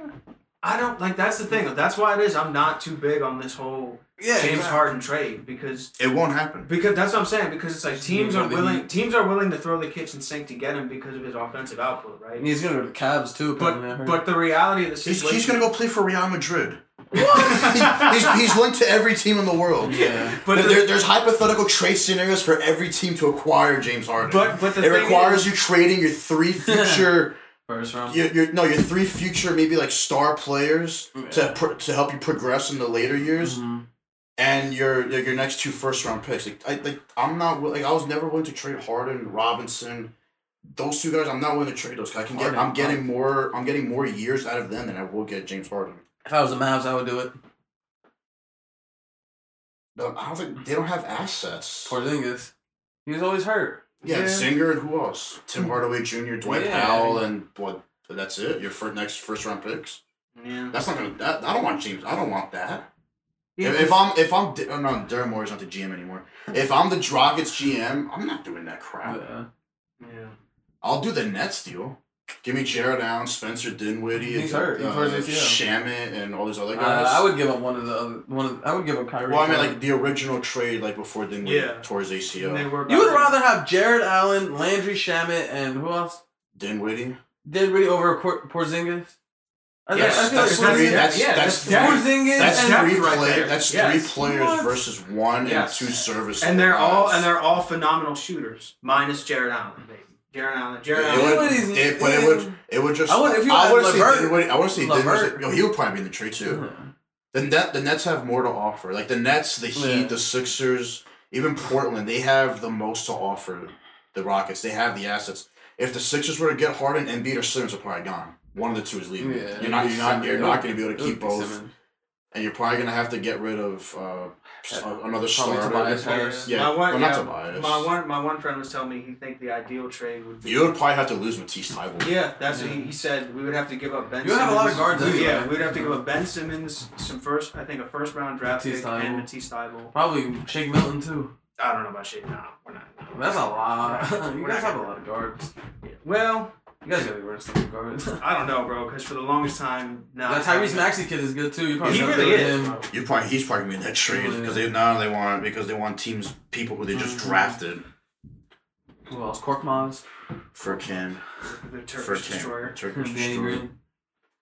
[SPEAKER 3] I don't like. That's the thing. That's why it is. I'm not too big on this whole
[SPEAKER 2] yeah.
[SPEAKER 3] James
[SPEAKER 2] exactly.
[SPEAKER 3] Harden trade because
[SPEAKER 1] it won't happen.
[SPEAKER 3] because that's what I'm saying. Because it's like
[SPEAKER 2] Just
[SPEAKER 3] teams
[SPEAKER 2] leave
[SPEAKER 3] are
[SPEAKER 2] him
[SPEAKER 3] willing
[SPEAKER 2] alone.
[SPEAKER 3] teams are willing to throw the kitchen sink to get him because of his offensive output, right?
[SPEAKER 2] And he's gonna go to the Cavs too. apparently, I
[SPEAKER 3] But
[SPEAKER 2] heard.
[SPEAKER 3] but the reality of the
[SPEAKER 1] He's,
[SPEAKER 3] situation.
[SPEAKER 1] he's gonna go play for Real Madrid. He-
[SPEAKER 3] What?
[SPEAKER 1] he's, he's linked to every team in the world.
[SPEAKER 2] yeah.
[SPEAKER 3] But
[SPEAKER 1] There-
[SPEAKER 3] the-
[SPEAKER 1] there- there's hypothetical trade scenarios for every team to acquire James Harden.
[SPEAKER 3] But but the
[SPEAKER 1] it
[SPEAKER 3] thing
[SPEAKER 1] requires
[SPEAKER 3] is,
[SPEAKER 1] you trading your three future,
[SPEAKER 2] First round.
[SPEAKER 1] your, your no, your three future maybe like star players to
[SPEAKER 2] Yeah.
[SPEAKER 1] pro- to help you progress in the later years.
[SPEAKER 2] Mhm.
[SPEAKER 1] and your your your next two first round picks. Like I like I'm not wi- like I was never willing to trade Harden, Robinson, those two guys. I'm not willing to trade those. 'cause I can get
[SPEAKER 2] Harden,
[SPEAKER 1] I'm getting
[SPEAKER 2] Harden.
[SPEAKER 1] more I'm getting more years out of them than I will get James Harden.
[SPEAKER 2] If I was the Mavs, I would do it.
[SPEAKER 1] No, I don't think they don't have assets.
[SPEAKER 2] Porzingis. He was always hurt.
[SPEAKER 1] yeah,
[SPEAKER 3] Yeah.
[SPEAKER 1] Singer and who else? Tim Hardaway Jr., Dwight
[SPEAKER 2] Hmm. Yeah.
[SPEAKER 1] Powell, and what? That's it. Your first next first round picks.
[SPEAKER 3] Yeah.
[SPEAKER 1] That's not gonna. That, I don't want James. I don't want that.
[SPEAKER 3] Yeah,
[SPEAKER 1] If, if I'm if I'm D- oh, no, Darren Moore's not the GM anymore. If I'm the Dragic GM, I'm not doing that crap.
[SPEAKER 2] Yeah.
[SPEAKER 3] yeah.
[SPEAKER 1] I'll do the Nets deal. Give me Jared Allen, Spencer Dinwiddie,
[SPEAKER 2] He's
[SPEAKER 1] uh,
[SPEAKER 2] hurt. He
[SPEAKER 1] uh,
[SPEAKER 2] hurt his heel.
[SPEAKER 1] Shamit, and all these other guys.
[SPEAKER 2] Uh, I would give up one of the other one. Of, I would give up Kyrie.
[SPEAKER 1] Well, I mean,
[SPEAKER 2] Irving.
[SPEAKER 1] like the original trade, like before Dinwiddie
[SPEAKER 3] Yeah.
[SPEAKER 1] tore his ACL.
[SPEAKER 3] They were
[SPEAKER 2] you would
[SPEAKER 3] about-
[SPEAKER 2] rather have Jared Allen, Landry Shamit, and who else?
[SPEAKER 1] Dinwiddie.
[SPEAKER 2] Dinwiddie over Por- Porzingis. I- I-
[SPEAKER 1] Yes,
[SPEAKER 2] I feel
[SPEAKER 1] that's
[SPEAKER 2] like
[SPEAKER 1] three-
[SPEAKER 2] that's-
[SPEAKER 1] that's-
[SPEAKER 3] yeah,
[SPEAKER 1] that's
[SPEAKER 3] that's-
[SPEAKER 2] Porzingis
[SPEAKER 1] That's
[SPEAKER 2] and
[SPEAKER 1] three
[SPEAKER 3] depth right
[SPEAKER 1] play-
[SPEAKER 3] there.
[SPEAKER 1] That's
[SPEAKER 3] Yes.
[SPEAKER 1] three players
[SPEAKER 2] What?
[SPEAKER 1] versus one
[SPEAKER 3] Yes.
[SPEAKER 1] and two service.
[SPEAKER 3] and they're all
[SPEAKER 1] guys.
[SPEAKER 3] and they're all phenomenal shooters, minus Jared Allen. Baby. Jared Allen.
[SPEAKER 1] It
[SPEAKER 3] Jared
[SPEAKER 2] Yeah,
[SPEAKER 3] Allen.
[SPEAKER 1] would,
[SPEAKER 2] Dinwiddie's-
[SPEAKER 1] it, but it would, it would just.
[SPEAKER 2] I would- if you
[SPEAKER 1] I
[SPEAKER 2] had
[SPEAKER 1] want to see
[SPEAKER 2] Levert-
[SPEAKER 1] Dinwiddie. I want to see
[SPEAKER 2] Levert.
[SPEAKER 1] Dinwiddie. Yo, he would probably be in the trade too. The net, the Nets have more to offer. Like the Nets, the Heat,
[SPEAKER 2] Yeah.
[SPEAKER 1] the Sixers, even Portland, they have the most to offer. The Rockets, they have the assets. If the Sixers were to get Harden, Embiid or Simmons are probably gone. One of the two is leaving.
[SPEAKER 2] Yeah,
[SPEAKER 1] you're not,
[SPEAKER 2] it'd
[SPEAKER 1] you're
[SPEAKER 2] be
[SPEAKER 1] not, you're
[SPEAKER 2] Simmons.
[SPEAKER 1] not going to be able
[SPEAKER 2] It
[SPEAKER 1] to
[SPEAKER 2] would
[SPEAKER 1] keep
[SPEAKER 2] be
[SPEAKER 1] both,
[SPEAKER 2] Simmons.
[SPEAKER 1] and you're probably going to have to get rid of uh, s-
[SPEAKER 2] Uh,
[SPEAKER 1] another
[SPEAKER 2] probably
[SPEAKER 1] starter.
[SPEAKER 2] Tobias Harris.
[SPEAKER 1] Yeah,
[SPEAKER 3] My one,
[SPEAKER 1] well, not
[SPEAKER 3] yeah,
[SPEAKER 1] Tobias.
[SPEAKER 3] My one, my one friend was telling me he think the ideal trade would be.
[SPEAKER 1] You would probably have to lose Matisse Tybalt.
[SPEAKER 3] Yeah, that's what
[SPEAKER 2] Yeah.
[SPEAKER 3] he, he said. We would have to give up Ben.
[SPEAKER 2] You have a lot of
[SPEAKER 3] Simmons.
[SPEAKER 2] guards
[SPEAKER 3] Yeah,
[SPEAKER 2] anyway.
[SPEAKER 3] we'd have to give up Ben Simmons, some first, I think a first round draft
[SPEAKER 2] Matisse
[SPEAKER 3] pick, and
[SPEAKER 2] Thybulle.
[SPEAKER 3] Matisse Thybulle.
[SPEAKER 2] Probably Shake Milton too.
[SPEAKER 3] I don't know about shit. No, we're not.
[SPEAKER 2] That's a lot.
[SPEAKER 3] We're not-
[SPEAKER 2] Uh, you
[SPEAKER 3] we're
[SPEAKER 2] guys
[SPEAKER 3] not
[SPEAKER 2] have a
[SPEAKER 3] gonna-
[SPEAKER 2] lot of guards.
[SPEAKER 3] Yeah. Well,
[SPEAKER 2] You guys gotta be running some guards. that
[SPEAKER 3] I don't know, bro. Because for the longest time, nah.
[SPEAKER 2] Tyrese Maxey kid is good too. You probably
[SPEAKER 3] He
[SPEAKER 2] gotta go
[SPEAKER 3] really
[SPEAKER 2] with
[SPEAKER 3] is.
[SPEAKER 2] him.
[SPEAKER 3] bro.
[SPEAKER 1] You probably he's probably gonna be in that trade because they now they want because they want teams people who they just
[SPEAKER 2] Mhm.
[SPEAKER 1] drafted
[SPEAKER 2] Who else? Korkmaz,
[SPEAKER 1] for Cam
[SPEAKER 3] The
[SPEAKER 1] for
[SPEAKER 3] Turkish
[SPEAKER 1] Cam
[SPEAKER 3] destroyer,
[SPEAKER 1] Turkish
[SPEAKER 2] Hmm, Danny
[SPEAKER 1] destroyer.
[SPEAKER 2] Green.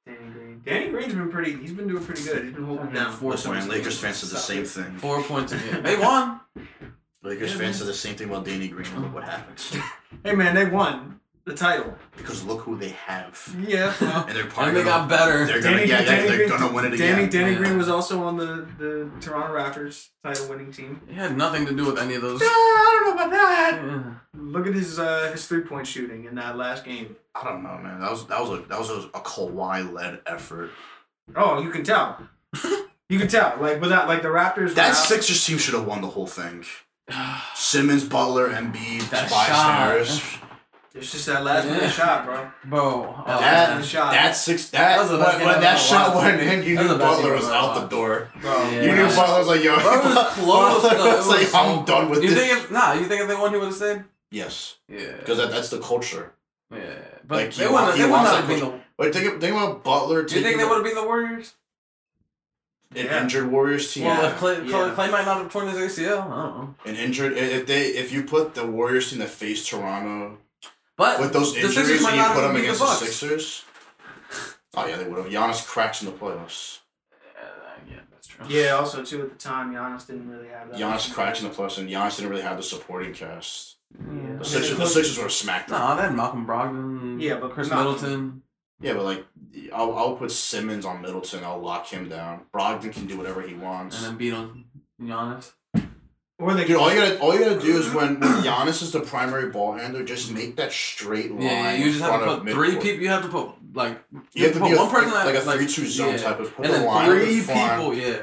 [SPEAKER 3] Danny Green. Danny Green's been pretty. He's been doing pretty good. He's been holding
[SPEAKER 2] Yeah,
[SPEAKER 3] down.
[SPEAKER 2] Four
[SPEAKER 1] Listen,
[SPEAKER 2] points.
[SPEAKER 1] man,
[SPEAKER 2] a
[SPEAKER 1] Lakers
[SPEAKER 2] game.
[SPEAKER 1] fans did the same thing.
[SPEAKER 2] Four points a game. They won.
[SPEAKER 1] Lakers fans
[SPEAKER 2] Yeah, man.
[SPEAKER 1] did the same thing about Danny Green. Look what happens
[SPEAKER 3] Hey man, they won the title.
[SPEAKER 1] because look who they have,
[SPEAKER 3] Yeah. well,
[SPEAKER 1] and they're
[SPEAKER 2] And
[SPEAKER 1] probably
[SPEAKER 2] they
[SPEAKER 1] gonna,
[SPEAKER 2] got better.
[SPEAKER 1] they're gonna
[SPEAKER 3] Danny-
[SPEAKER 1] yeah,
[SPEAKER 3] Danny
[SPEAKER 1] yeah, they're
[SPEAKER 3] Green-
[SPEAKER 1] gonna win it
[SPEAKER 3] Danny
[SPEAKER 1] again.
[SPEAKER 3] Danny
[SPEAKER 2] Yeah.
[SPEAKER 3] Green was also on the, the Toronto Raptors title winning team.
[SPEAKER 2] It had nothing to do with any of those.
[SPEAKER 3] I don't know about that.
[SPEAKER 2] Yeah.
[SPEAKER 3] Look at his uh, his three point shooting in that last game.
[SPEAKER 1] I don't know, man. That was that was a that was a, a Kawhi led effort.
[SPEAKER 3] Oh, you can tell. you can tell. Like without like the Raptors. were
[SPEAKER 1] That
[SPEAKER 3] out-
[SPEAKER 1] Sixers team should have won the whole thing. Simmons, Butler, Embiid,
[SPEAKER 2] That
[SPEAKER 1] Tobias
[SPEAKER 2] shot.
[SPEAKER 1] Harris.
[SPEAKER 3] It's just that last minute
[SPEAKER 2] Yeah.
[SPEAKER 3] shot, bro.
[SPEAKER 2] Bro, uh,
[SPEAKER 1] That-
[SPEAKER 3] Last shot.
[SPEAKER 1] That six. That,
[SPEAKER 2] That was the best
[SPEAKER 1] when,
[SPEAKER 2] game
[SPEAKER 1] when
[SPEAKER 2] I've
[SPEAKER 1] that
[SPEAKER 2] ever
[SPEAKER 1] shot
[SPEAKER 2] watched.
[SPEAKER 1] went in, you
[SPEAKER 2] That was
[SPEAKER 1] knew
[SPEAKER 2] the best
[SPEAKER 1] Butler
[SPEAKER 2] game
[SPEAKER 1] was
[SPEAKER 2] I've
[SPEAKER 1] out
[SPEAKER 2] ever
[SPEAKER 1] the door.
[SPEAKER 3] bro.
[SPEAKER 2] Yeah.
[SPEAKER 1] You knew Butler was like, yo,
[SPEAKER 2] Bro, it was close,
[SPEAKER 1] Butler
[SPEAKER 2] though. It
[SPEAKER 1] was
[SPEAKER 2] was
[SPEAKER 1] like,
[SPEAKER 2] so
[SPEAKER 1] I'm done with
[SPEAKER 2] you
[SPEAKER 1] this.
[SPEAKER 2] think if, nah? You think if they won, he would have stayed?
[SPEAKER 1] yes,
[SPEAKER 2] Yeah.
[SPEAKER 1] because that, that's the culture.
[SPEAKER 2] Yeah. But
[SPEAKER 1] Like,
[SPEAKER 2] they
[SPEAKER 1] he
[SPEAKER 2] wouldn't.
[SPEAKER 1] wa- he
[SPEAKER 2] They would
[SPEAKER 1] wants
[SPEAKER 2] not
[SPEAKER 1] that
[SPEAKER 2] have been the.
[SPEAKER 1] Like think, think about Butler.
[SPEAKER 2] Do you think
[SPEAKER 1] taking
[SPEAKER 2] they would have been the Warriors?
[SPEAKER 1] an
[SPEAKER 3] Yeah.
[SPEAKER 1] injured Warriors team?
[SPEAKER 2] Well, if Clay,
[SPEAKER 3] Yeah.
[SPEAKER 2] Clay might not have torn his ACL, I don't know.
[SPEAKER 1] An injured. i- If they, if you put the Warriors team that faced Toronto
[SPEAKER 2] But
[SPEAKER 1] with those
[SPEAKER 2] the Sixers
[SPEAKER 1] injuries,
[SPEAKER 2] might
[SPEAKER 1] and you
[SPEAKER 2] not
[SPEAKER 1] put
[SPEAKER 2] have
[SPEAKER 1] them
[SPEAKER 2] beat
[SPEAKER 1] against
[SPEAKER 2] the
[SPEAKER 1] the,
[SPEAKER 2] Bucks.
[SPEAKER 1] Sixers. Oh yeah, they would have. Giannis cracks in the playoffs.
[SPEAKER 2] Uh, yeah, that's true.
[SPEAKER 3] Yeah. Also, too, at the time, Giannis didn't really have that.
[SPEAKER 1] Giannis cracks in the playoffs, and Giannis didn't really have the supporting cast.
[SPEAKER 2] Yeah.
[SPEAKER 1] The
[SPEAKER 3] Okay,
[SPEAKER 1] Sixers,
[SPEAKER 3] they
[SPEAKER 1] the
[SPEAKER 3] put-
[SPEAKER 1] Sixers would have smacked them.
[SPEAKER 2] No, they had Malcolm Brogdon.
[SPEAKER 3] Yeah, but
[SPEAKER 2] Chris
[SPEAKER 3] Malcolm-
[SPEAKER 2] Middleton.
[SPEAKER 1] Yeah, but like, I'll, I'll put Simmons on Middleton. I'll lock him down. Brogdon can do whatever he wants.
[SPEAKER 2] And then beat on Giannis.
[SPEAKER 3] Or they
[SPEAKER 1] Dude, all you gotta all you gotta do is when, when Giannis is the primary ball handler, just make that straight line.
[SPEAKER 2] Yeah, yeah, you just
[SPEAKER 1] in
[SPEAKER 2] have to
[SPEAKER 1] front of
[SPEAKER 2] put three
[SPEAKER 1] midcourt.
[SPEAKER 2] people. You have to put like
[SPEAKER 1] You have to
[SPEAKER 2] put
[SPEAKER 1] be a-
[SPEAKER 2] one person
[SPEAKER 1] like,
[SPEAKER 2] that-
[SPEAKER 1] like a
[SPEAKER 2] like,
[SPEAKER 1] three-two zone
[SPEAKER 2] yeah.
[SPEAKER 1] type of put
[SPEAKER 2] and
[SPEAKER 1] the
[SPEAKER 2] then
[SPEAKER 1] line
[SPEAKER 2] three
[SPEAKER 1] in front.
[SPEAKER 2] people. Yeah.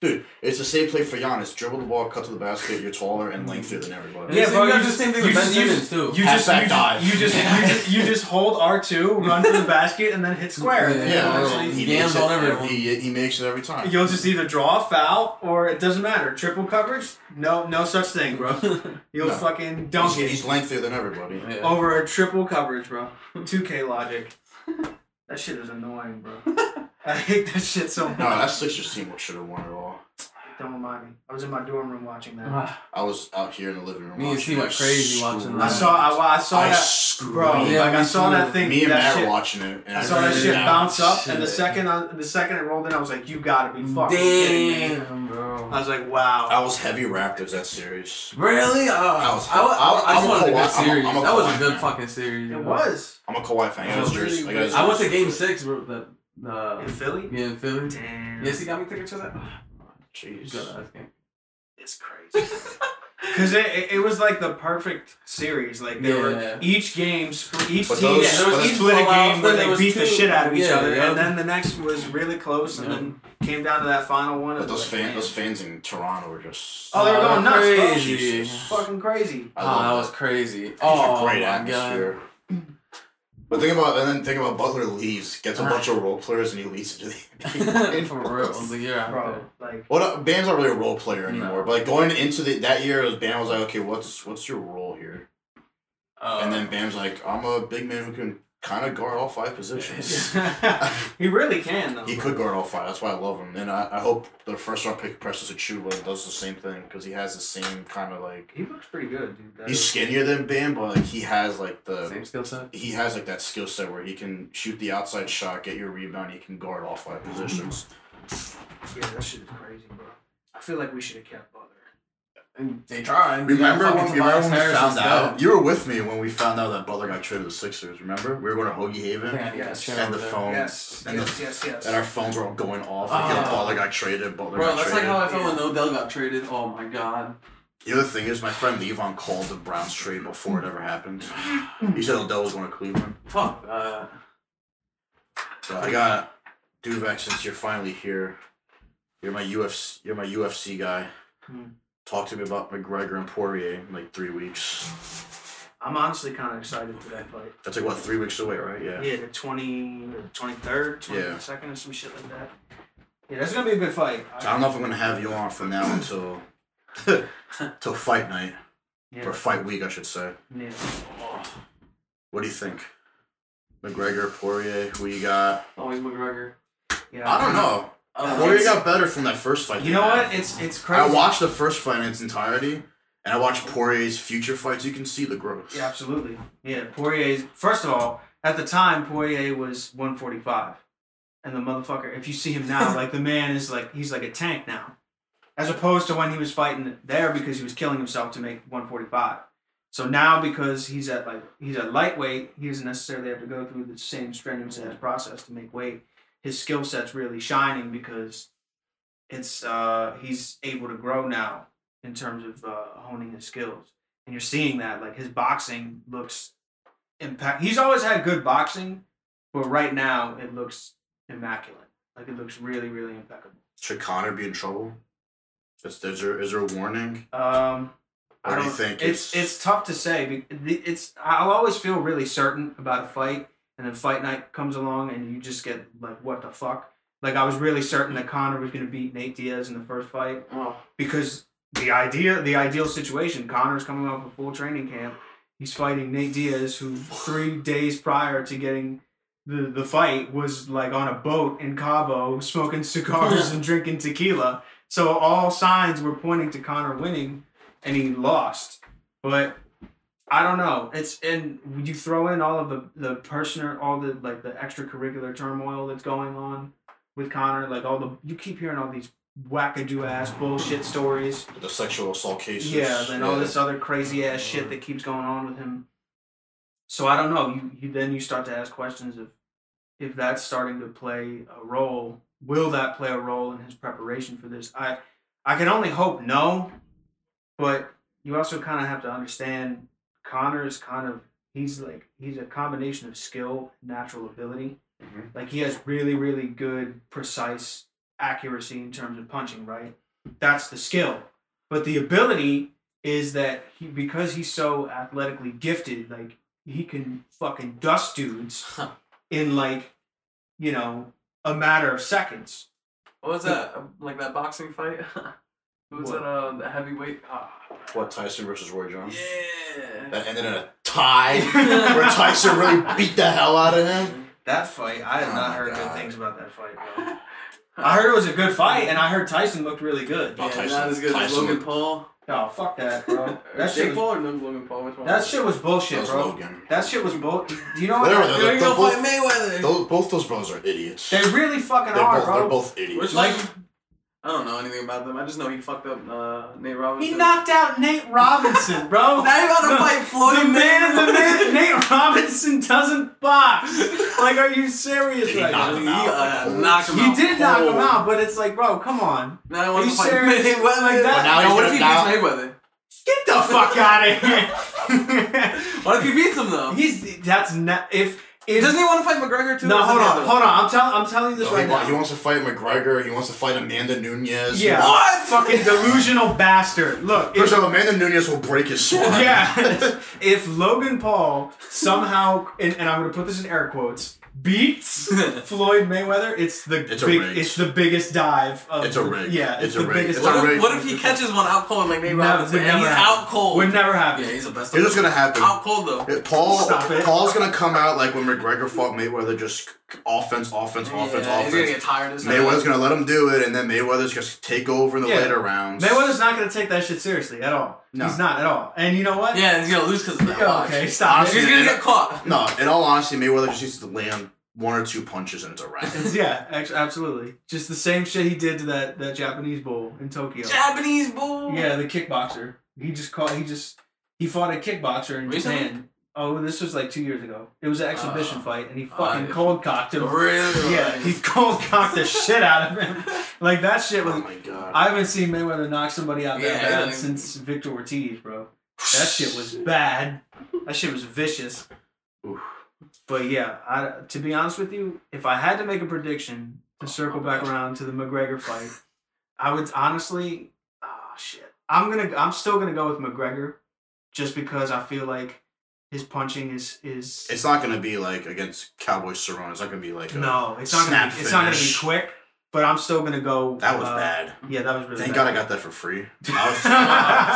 [SPEAKER 1] Dude, it's the same play for Giannis. Dribble the ball, cut to the basket. You're taller and lengthier than everybody.
[SPEAKER 3] Yeah,
[SPEAKER 2] Yeah,
[SPEAKER 3] bro,
[SPEAKER 2] bro. You
[SPEAKER 3] you
[SPEAKER 2] got the same thing
[SPEAKER 3] you
[SPEAKER 2] with Ben
[SPEAKER 3] just- you
[SPEAKER 2] Simmons too.
[SPEAKER 3] You just,
[SPEAKER 1] Halfback
[SPEAKER 3] you,
[SPEAKER 1] dive.
[SPEAKER 3] just, you, just you just you just hold R two, run to the basket, and then hit square.
[SPEAKER 2] Yeah.
[SPEAKER 1] Yeah,
[SPEAKER 3] You'll
[SPEAKER 1] he,
[SPEAKER 3] actually-
[SPEAKER 1] makes
[SPEAKER 2] Yams
[SPEAKER 1] it,
[SPEAKER 2] on everyone.
[SPEAKER 1] he, he makes it every time.
[SPEAKER 3] You'll just either draw a foul or it doesn't matter. Triple coverage? No, no such thing, bro. You'll
[SPEAKER 1] No.
[SPEAKER 3] fucking
[SPEAKER 1] He's,
[SPEAKER 3] dunk
[SPEAKER 1] he's
[SPEAKER 3] it
[SPEAKER 1] lengthier than everybody.
[SPEAKER 2] Yeah.
[SPEAKER 3] over a triple coverage, bro. 2K logic. That shit is annoying, bro. I hate that shit so much.
[SPEAKER 1] No, that Sixers team should have won it all.
[SPEAKER 3] Don't remind me. I was in my dorm room watching that.
[SPEAKER 2] Ah,
[SPEAKER 1] I was out here in the living room.
[SPEAKER 2] Me and
[SPEAKER 1] watching,
[SPEAKER 2] Steve
[SPEAKER 1] like,
[SPEAKER 2] were crazy watching
[SPEAKER 1] screaming.
[SPEAKER 2] that.
[SPEAKER 3] I saw. I, wa- I saw
[SPEAKER 1] I
[SPEAKER 3] that,
[SPEAKER 1] screamed.
[SPEAKER 3] bro.
[SPEAKER 2] Yeah,
[SPEAKER 3] like I
[SPEAKER 2] me
[SPEAKER 3] saw
[SPEAKER 2] too.
[SPEAKER 3] that thing.
[SPEAKER 1] Me and
[SPEAKER 3] that
[SPEAKER 1] Matt
[SPEAKER 3] shit,
[SPEAKER 1] were watching it. And
[SPEAKER 3] I saw that
[SPEAKER 2] Yeah.
[SPEAKER 3] shit bounce up, and the
[SPEAKER 2] Shit.
[SPEAKER 3] second, I, the second it rolled in, I was like, "You gotta be fucking kidding me!"
[SPEAKER 2] Damn, bro.
[SPEAKER 3] I was like, "Wow."
[SPEAKER 1] I was heavy Raptors that series.
[SPEAKER 2] Really? Oh,
[SPEAKER 1] I
[SPEAKER 2] I,
[SPEAKER 1] was-
[SPEAKER 2] I, I,
[SPEAKER 1] I'm
[SPEAKER 2] just
[SPEAKER 1] a Kawhi-
[SPEAKER 2] wanted a good
[SPEAKER 1] I'm a-
[SPEAKER 2] series.
[SPEAKER 1] I'm a
[SPEAKER 2] that was
[SPEAKER 1] Kawhi
[SPEAKER 2] a good
[SPEAKER 1] fan.
[SPEAKER 2] fucking series.
[SPEAKER 3] it
[SPEAKER 2] bro.
[SPEAKER 3] was
[SPEAKER 1] I'm a Kawhi fan. I got his jersey. I got his
[SPEAKER 2] I went to
[SPEAKER 1] jersey.
[SPEAKER 2] Game Six, bro. That uh,
[SPEAKER 3] in Philly.
[SPEAKER 2] yeah, in Philly.
[SPEAKER 3] Damn.
[SPEAKER 2] Yes, he got me tickets for that. Ah,
[SPEAKER 1] Jeez.
[SPEAKER 2] good ass game.
[SPEAKER 3] It's crazy. Because it, it, it was like the perfect series. Like they were
[SPEAKER 2] Yeah.
[SPEAKER 3] each game, sp- each
[SPEAKER 1] But
[SPEAKER 3] team
[SPEAKER 1] those-
[SPEAKER 2] yeah, there
[SPEAKER 1] but
[SPEAKER 2] was
[SPEAKER 1] that's
[SPEAKER 2] each
[SPEAKER 3] split a
[SPEAKER 2] blowout,
[SPEAKER 3] game where
[SPEAKER 2] then there
[SPEAKER 3] they
[SPEAKER 2] was
[SPEAKER 3] beat the
[SPEAKER 2] two-
[SPEAKER 3] shit out of each
[SPEAKER 2] yeah,
[SPEAKER 3] other,
[SPEAKER 2] yeah.
[SPEAKER 3] and then the next was really close, and
[SPEAKER 2] Yeah.
[SPEAKER 3] then came down to that final one.
[SPEAKER 1] But
[SPEAKER 3] and
[SPEAKER 1] those
[SPEAKER 3] like,
[SPEAKER 1] fans,
[SPEAKER 3] man,
[SPEAKER 1] those fans in Toronto were just.
[SPEAKER 3] Oh, they were going nuts, Oh, bro.
[SPEAKER 2] Crazy.
[SPEAKER 1] Jesus.
[SPEAKER 3] fucking crazy.
[SPEAKER 1] I
[SPEAKER 2] Oh, that
[SPEAKER 1] love
[SPEAKER 2] was
[SPEAKER 1] it.
[SPEAKER 2] crazy.
[SPEAKER 1] It was
[SPEAKER 2] Oh,
[SPEAKER 1] a great
[SPEAKER 2] my
[SPEAKER 1] atmosphere. But think about and then think about Butler leaves, gets a
[SPEAKER 2] Ah.
[SPEAKER 1] bunch of role players, and he leads into the.
[SPEAKER 2] god. For real, it was a year out
[SPEAKER 3] Bro,
[SPEAKER 2] there.
[SPEAKER 3] like
[SPEAKER 1] Well, no, Bam's not really a role player
[SPEAKER 2] No.
[SPEAKER 1] anymore. But like going into the, that year, it was Bam was like, okay, what's what's your role here?
[SPEAKER 2] Uh,
[SPEAKER 1] and then Bam's like, I'm a big man who can kind of guard all five positions.
[SPEAKER 3] he really can though.
[SPEAKER 1] He could guard all five. That's why I love him. And I, I hope the first round pick presses a Chuba does the same thing because he has the same kind of like.
[SPEAKER 3] He looks pretty good, dude. That
[SPEAKER 1] He's
[SPEAKER 3] is-
[SPEAKER 1] skinnier than Bam, but like he has like the
[SPEAKER 2] same skill set.
[SPEAKER 1] he has like that skill set where he can shoot the outside shot, get your rebound, he can guard all five positions.
[SPEAKER 3] yeah, that shit is crazy, bro. I feel like we should have kept Butler.
[SPEAKER 2] And they tried. They got
[SPEAKER 1] Remember
[SPEAKER 2] fucking
[SPEAKER 1] when, remember
[SPEAKER 2] Tobias
[SPEAKER 1] when we
[SPEAKER 2] Harris
[SPEAKER 1] found
[SPEAKER 2] instead.
[SPEAKER 1] out? You were with me when we found out that Butler got traded to the Sixers. Remember? We were going to Hoagie Haven,
[SPEAKER 2] Yeah, yeah,
[SPEAKER 3] Yes.
[SPEAKER 2] sure,
[SPEAKER 1] and the
[SPEAKER 2] but-
[SPEAKER 1] phone,
[SPEAKER 3] Yes,
[SPEAKER 1] and, the-
[SPEAKER 3] yes, yes, yes.
[SPEAKER 1] Oh. and our phones were all going off.
[SPEAKER 2] Ah.
[SPEAKER 1] Like, yo, Butler got traded. Butler
[SPEAKER 2] Bro,
[SPEAKER 1] got
[SPEAKER 2] that's like
[SPEAKER 1] traded.
[SPEAKER 2] how I felt when Odell got traded. Oh my god.
[SPEAKER 1] the other thing is, my friend Levon called the Browns trade before it ever happened. He said Odell was going to Cleveland.
[SPEAKER 2] Fuck. Uh,
[SPEAKER 1] So I got Duvek since you're finally here. You're my UFC. You're my UFC guy.
[SPEAKER 3] Hmm.
[SPEAKER 1] Talk to me about McGregor and Poirier in like three weeks.
[SPEAKER 3] I'm honestly kind of excited for that fight.
[SPEAKER 1] That's like what three weeks away, right? Yeah.
[SPEAKER 3] Yeah, the 20, the 23rd,
[SPEAKER 1] Yeah.
[SPEAKER 3] 22nd, or some shit like that. Yeah, that's gonna be a good fight.
[SPEAKER 1] So I don't know if I'm gonna have you on from now until till fight night
[SPEAKER 3] Yeah.
[SPEAKER 1] or fight week, I should say.
[SPEAKER 3] yeah.
[SPEAKER 1] What do you think? McGregor, Poirier, who you got?
[SPEAKER 2] always McGregor.
[SPEAKER 3] yeah.
[SPEAKER 1] I don't know.
[SPEAKER 2] Uh,
[SPEAKER 1] Poirier
[SPEAKER 2] it's-
[SPEAKER 1] got better from that first fight.
[SPEAKER 3] You
[SPEAKER 1] they
[SPEAKER 3] know
[SPEAKER 1] had.
[SPEAKER 3] what? It's it's crazy.
[SPEAKER 1] I watched the first fight in its entirety, and I watched Poirier's future fights. You can see the growth.
[SPEAKER 3] Yeah, absolutely. Yeah, Poirier's. First of all, at the time, Poirier was 145. And the motherfucker, if you see him now, like the man is like, he's like a tank now. As opposed to when he was fighting there because he was killing himself to make 145. So now because he's at like, he's at lightweight, he doesn't necessarily have to go through the same strenuous ass process to make weight. His skill set's really shining because it's, uh, he's able to grow now in terms of uh, honing his skills and you're seeing that like his boxing looks impact he's always had good boxing but right now it looks immaculate like it looks really really impeccable
[SPEAKER 1] Should Connor be in trouble? Is, is there is there a warning?
[SPEAKER 3] um
[SPEAKER 1] What
[SPEAKER 3] I
[SPEAKER 1] do you
[SPEAKER 3] don't
[SPEAKER 1] think
[SPEAKER 3] It's
[SPEAKER 1] is-
[SPEAKER 3] it's tough to say. be- the- It's I'll always feel really certain about a fight, and then fight night comes along, and you just get like, what the fuck? Like I was really certain
[SPEAKER 1] Hmm.
[SPEAKER 3] that Connor was gonna beat Nate Diaz in the first fight,
[SPEAKER 2] Oh,
[SPEAKER 3] because the idea, the ideal situation, Connor's coming off a full training camp. He's fighting Nate Diaz, who three days prior to getting the, the fight was like on a boat in Cabo, smoking cigars and drinking tequila. So all signs were pointing to Connor winning, and he lost. But I don't know. It's and you throw in all of the the personal, all the like the extracurricular turmoil that's going on with Connor. Like all the you keep hearing all these wackadoo ass bullshit stories.
[SPEAKER 1] The sexual assault cases.
[SPEAKER 3] Yeah, then all this other crazy ass shit that keeps going on with him. So I don't know. You, you then you start to ask questions of if that's starting to play a role. Will that play a role in his preparation for this? I I can only hope no, but you also kind of have to understand Connor's kind of he's like he's a combination of skill, natural ability.
[SPEAKER 1] Mhm.
[SPEAKER 3] Like he has really really good precise accuracy in terms of punching, right? That's the skill. But the ability is that he, because he's so athletically gifted, like he can fucking dust dudes in like, you know, a matter of seconds.
[SPEAKER 2] What was that? Um, Like that boxing fight? Who was
[SPEAKER 3] What?
[SPEAKER 2] that?
[SPEAKER 3] Um,
[SPEAKER 2] Uh, the heavyweight. Ah,
[SPEAKER 1] What Tyson versus Roy Jones?
[SPEAKER 2] yeah.
[SPEAKER 1] That ended in a tie where Tyson really beat the hell out of him.
[SPEAKER 3] That fight, I
[SPEAKER 1] have not Oh my heard good God. things
[SPEAKER 3] about that fight. I
[SPEAKER 2] I heard.
[SPEAKER 3] heard it was a good fight, and I heard Tyson looked really good.
[SPEAKER 1] Oh,
[SPEAKER 2] Yeah,
[SPEAKER 1] Tyson-
[SPEAKER 2] not as good as
[SPEAKER 1] Tyson
[SPEAKER 2] Logan
[SPEAKER 1] would-
[SPEAKER 2] Paul.
[SPEAKER 3] No, fuck that, bro.
[SPEAKER 2] Or
[SPEAKER 3] That
[SPEAKER 2] Jake
[SPEAKER 3] shit, was,
[SPEAKER 2] Paul or no Logan Paul? Which one?
[SPEAKER 3] that shit was
[SPEAKER 1] That
[SPEAKER 3] bullshit,
[SPEAKER 1] was
[SPEAKER 3] bro.
[SPEAKER 1] Logan.
[SPEAKER 3] That shit was bull. You know what?
[SPEAKER 1] Literally,
[SPEAKER 2] You're
[SPEAKER 1] they're,
[SPEAKER 2] gonna
[SPEAKER 1] they're
[SPEAKER 2] go
[SPEAKER 1] both,
[SPEAKER 2] fight Mayweather.
[SPEAKER 1] tho- both those bros are idiots.
[SPEAKER 3] They really fucking
[SPEAKER 1] They're
[SPEAKER 3] are,
[SPEAKER 1] both,
[SPEAKER 3] bro.
[SPEAKER 1] they're both
[SPEAKER 2] Which
[SPEAKER 1] idiots.
[SPEAKER 2] like, I don't know anything about them. I just know he fucked up uh, Nate Robinson.
[SPEAKER 3] He knocked out Nate Robinson, bro.
[SPEAKER 2] Now you're about
[SPEAKER 3] No,
[SPEAKER 2] to fight Floyd.
[SPEAKER 3] Oh, the man, the man, Nate Robinson doesn't box. Like, are you serious
[SPEAKER 1] Did he
[SPEAKER 3] right
[SPEAKER 1] knock
[SPEAKER 3] now?
[SPEAKER 1] him
[SPEAKER 2] He,
[SPEAKER 1] out?
[SPEAKER 2] uh, knocked him
[SPEAKER 3] He
[SPEAKER 2] out.
[SPEAKER 3] did knock him
[SPEAKER 1] cold.
[SPEAKER 3] out, Oh. but it's like, bro, come on.
[SPEAKER 2] Now I
[SPEAKER 3] Are
[SPEAKER 2] want
[SPEAKER 3] you
[SPEAKER 2] to fight
[SPEAKER 3] serious?
[SPEAKER 2] Mayweather
[SPEAKER 3] Like that?
[SPEAKER 1] Well, now
[SPEAKER 2] Yo,
[SPEAKER 1] he's
[SPEAKER 2] what if
[SPEAKER 1] gonna
[SPEAKER 2] he
[SPEAKER 1] knock-
[SPEAKER 2] beats Mayweather?
[SPEAKER 3] Get the fuck out of here.
[SPEAKER 2] What if he beats him though?
[SPEAKER 3] He's that's not if if
[SPEAKER 2] Doesn't he want to fight McGregor too?
[SPEAKER 3] no
[SPEAKER 2] Or is it
[SPEAKER 3] hold
[SPEAKER 2] the
[SPEAKER 3] on
[SPEAKER 2] other
[SPEAKER 3] hold
[SPEAKER 2] one?
[SPEAKER 3] on I'm telling I'm telling you
[SPEAKER 1] No, Oh,
[SPEAKER 3] this
[SPEAKER 1] he,
[SPEAKER 3] right
[SPEAKER 1] wa- he
[SPEAKER 3] now.
[SPEAKER 1] wants to fight McGregor. He wants to fight Amanda Nunez.
[SPEAKER 3] Yeah,
[SPEAKER 2] What?
[SPEAKER 3] fucking delusional bastard. Look, if-
[SPEAKER 1] First of all, Amanda Nunez will break his spine.
[SPEAKER 3] Yeah. if Logan Paul somehow, and, and I'm going to put this in air quotes, beats Floyd Mayweather, it's the
[SPEAKER 1] It's a
[SPEAKER 3] big,
[SPEAKER 1] rig.
[SPEAKER 3] it's the biggest dive. Of
[SPEAKER 1] It's a
[SPEAKER 3] the-
[SPEAKER 1] rig.
[SPEAKER 3] Yeah,
[SPEAKER 1] It's a
[SPEAKER 3] the
[SPEAKER 1] rig.
[SPEAKER 3] biggest.
[SPEAKER 1] It's a
[SPEAKER 2] What
[SPEAKER 1] rig.
[SPEAKER 2] if, what if he catches one out cold like Nate
[SPEAKER 3] No,
[SPEAKER 2] Robinson
[SPEAKER 3] we're
[SPEAKER 2] and he's
[SPEAKER 3] never
[SPEAKER 2] out cold?
[SPEAKER 3] Would never happen.
[SPEAKER 2] yeah, he's the best.
[SPEAKER 1] Here's what's gonna happen.
[SPEAKER 2] Out cold though.
[SPEAKER 1] Yeah, Paul
[SPEAKER 3] Stop it.
[SPEAKER 1] Paul's gonna come out like when McGregor fought Mayweather, just offense, offense,
[SPEAKER 2] Yeah,
[SPEAKER 1] offense,
[SPEAKER 2] he's gonna
[SPEAKER 1] offense.
[SPEAKER 2] get tired. Of this
[SPEAKER 1] Mayweather's gonna let him do it, and then Mayweather's just take over in the
[SPEAKER 3] Yeah.
[SPEAKER 1] later rounds.
[SPEAKER 3] Mayweather's not going to take that shit seriously at all.
[SPEAKER 1] No.
[SPEAKER 3] He's not at all. And you know what?
[SPEAKER 2] Yeah, he's gonna lose because of that.
[SPEAKER 3] Yeah,
[SPEAKER 2] Watch.
[SPEAKER 3] okay, stop.
[SPEAKER 1] Honestly,
[SPEAKER 2] He's
[SPEAKER 3] it.
[SPEAKER 2] gonna get caught.
[SPEAKER 1] no, in all honesty, Mayweather just needs to land one or two punches and it's a
[SPEAKER 2] Oh
[SPEAKER 1] wrap.
[SPEAKER 3] yeah, act- absolutely. Just the same shit he did to that, that Japanese bull in Tokyo.
[SPEAKER 2] Japanese bull.
[SPEAKER 3] Yeah, the kickboxer. He just caught. He just he fought a kickboxer in
[SPEAKER 2] Recently?
[SPEAKER 3] Japan. Oh, this was like two years ago. It was an exhibition
[SPEAKER 2] Oh.
[SPEAKER 3] fight, and he
[SPEAKER 2] Oh,
[SPEAKER 3] fucking
[SPEAKER 2] yeah.
[SPEAKER 3] cold cocked him.
[SPEAKER 2] Really?
[SPEAKER 3] Yeah, he cold cocked the shit out of him. Like that shit
[SPEAKER 1] oh
[SPEAKER 3] was.
[SPEAKER 1] my god.
[SPEAKER 3] I haven't seen Mayweather knock somebody out that
[SPEAKER 2] Yeah,
[SPEAKER 3] bad
[SPEAKER 2] like-
[SPEAKER 3] since Victor Ortiz, bro. That shit was bad. That shit was vicious.
[SPEAKER 1] Oof.
[SPEAKER 3] But yeah, I, to be honest with you, if I had to make a prediction to circle back around to the McGregor fight, I would honestly, oh shit, I'm gonna, I'm still gonna go with McGregor, just because I feel like his punching is is
[SPEAKER 1] It's not gonna be like against Cowboy Cerrone. It's not gonna be like a,
[SPEAKER 3] no, it's not gonna,
[SPEAKER 1] Snap
[SPEAKER 3] be, it's not gonna be
[SPEAKER 1] finish.
[SPEAKER 3] quick. But I'm still gonna go.
[SPEAKER 1] That was
[SPEAKER 3] uh,
[SPEAKER 1] bad.
[SPEAKER 3] Yeah, that was really.
[SPEAKER 1] Thank
[SPEAKER 3] bad.
[SPEAKER 1] God I got that for free. I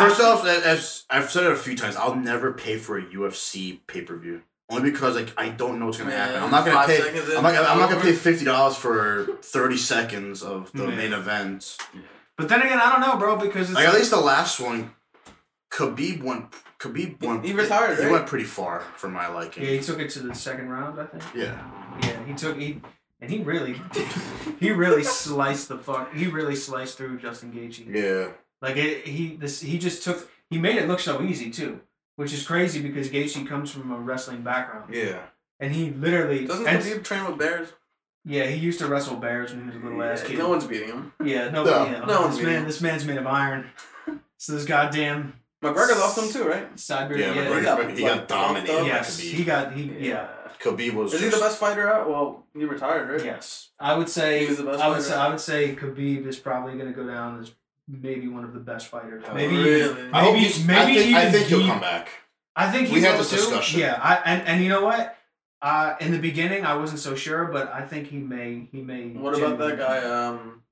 [SPEAKER 1] was- First off, a- as I've said it a few times, I'll never pay for a UFC pay per view only because like I don't know what's gonna happen. I'm not gonna
[SPEAKER 2] Five
[SPEAKER 1] pay.
[SPEAKER 2] seconds in,
[SPEAKER 1] I'm not, I'm not gonna pay
[SPEAKER 2] over.
[SPEAKER 1] fifty dollars for thirty seconds of the
[SPEAKER 3] Yeah.
[SPEAKER 1] main event.
[SPEAKER 3] But then again, I don't know, bro, because it's
[SPEAKER 1] Like at least the last one, Khabib went. Khabib
[SPEAKER 2] He-
[SPEAKER 1] went.
[SPEAKER 2] he retired,
[SPEAKER 1] He
[SPEAKER 2] right?
[SPEAKER 1] went pretty far for my liking.
[SPEAKER 3] yeah, he took it to the second round, I think.
[SPEAKER 1] Yeah.
[SPEAKER 3] Yeah, he took he and he really he really sliced the fuck he really sliced through Justin Gaethje.
[SPEAKER 1] Yeah.
[SPEAKER 3] Like it, he this he just took he made it look so easy too, which is crazy because Gaethje comes from a wrestling background
[SPEAKER 1] Yeah.
[SPEAKER 3] and he literally
[SPEAKER 2] Doesn't
[SPEAKER 3] and-
[SPEAKER 2] Khabib train with bears?
[SPEAKER 3] yeah he used to wrestle bears when he was a little ass
[SPEAKER 2] Yeah,
[SPEAKER 3] kid.
[SPEAKER 2] No one's beating him.
[SPEAKER 3] yeah, no,
[SPEAKER 1] No.
[SPEAKER 3] yeah,
[SPEAKER 2] No one's
[SPEAKER 3] this man
[SPEAKER 2] mean.
[SPEAKER 3] this man's made of iron. So this goddamn
[SPEAKER 2] McGregor's off him too, right?
[SPEAKER 1] Yeah.
[SPEAKER 3] Siberian
[SPEAKER 1] McGregor,
[SPEAKER 2] got
[SPEAKER 1] he got
[SPEAKER 2] fucked
[SPEAKER 1] dominated.
[SPEAKER 2] up.
[SPEAKER 1] by
[SPEAKER 3] yes,
[SPEAKER 1] Khabib.
[SPEAKER 3] he got he yeah.
[SPEAKER 1] Khabib was.
[SPEAKER 2] Is he the
[SPEAKER 1] just-
[SPEAKER 2] best fighter out? Well, he retired, right?
[SPEAKER 3] Yes, I would say.
[SPEAKER 2] He was the best
[SPEAKER 3] I would
[SPEAKER 2] fighter.
[SPEAKER 3] say. I would say Khabib is probably going to go down as maybe one of the best fighters.
[SPEAKER 2] Oh,
[SPEAKER 3] Maybe.
[SPEAKER 2] really?
[SPEAKER 3] even-
[SPEAKER 1] I hope
[SPEAKER 3] maybe-
[SPEAKER 1] he's- I
[SPEAKER 3] maybe
[SPEAKER 1] think, I
[SPEAKER 3] even
[SPEAKER 1] think he'll
[SPEAKER 3] he-
[SPEAKER 1] come back.
[SPEAKER 3] I think he
[SPEAKER 1] We had
[SPEAKER 3] will
[SPEAKER 1] this
[SPEAKER 3] too.
[SPEAKER 1] discussion.
[SPEAKER 3] Yeah, I, and and you know what? Uh, in the beginning, I wasn't so sure, but I think he may. He may.
[SPEAKER 2] What about that
[SPEAKER 3] genuinely-
[SPEAKER 2] guy? Um,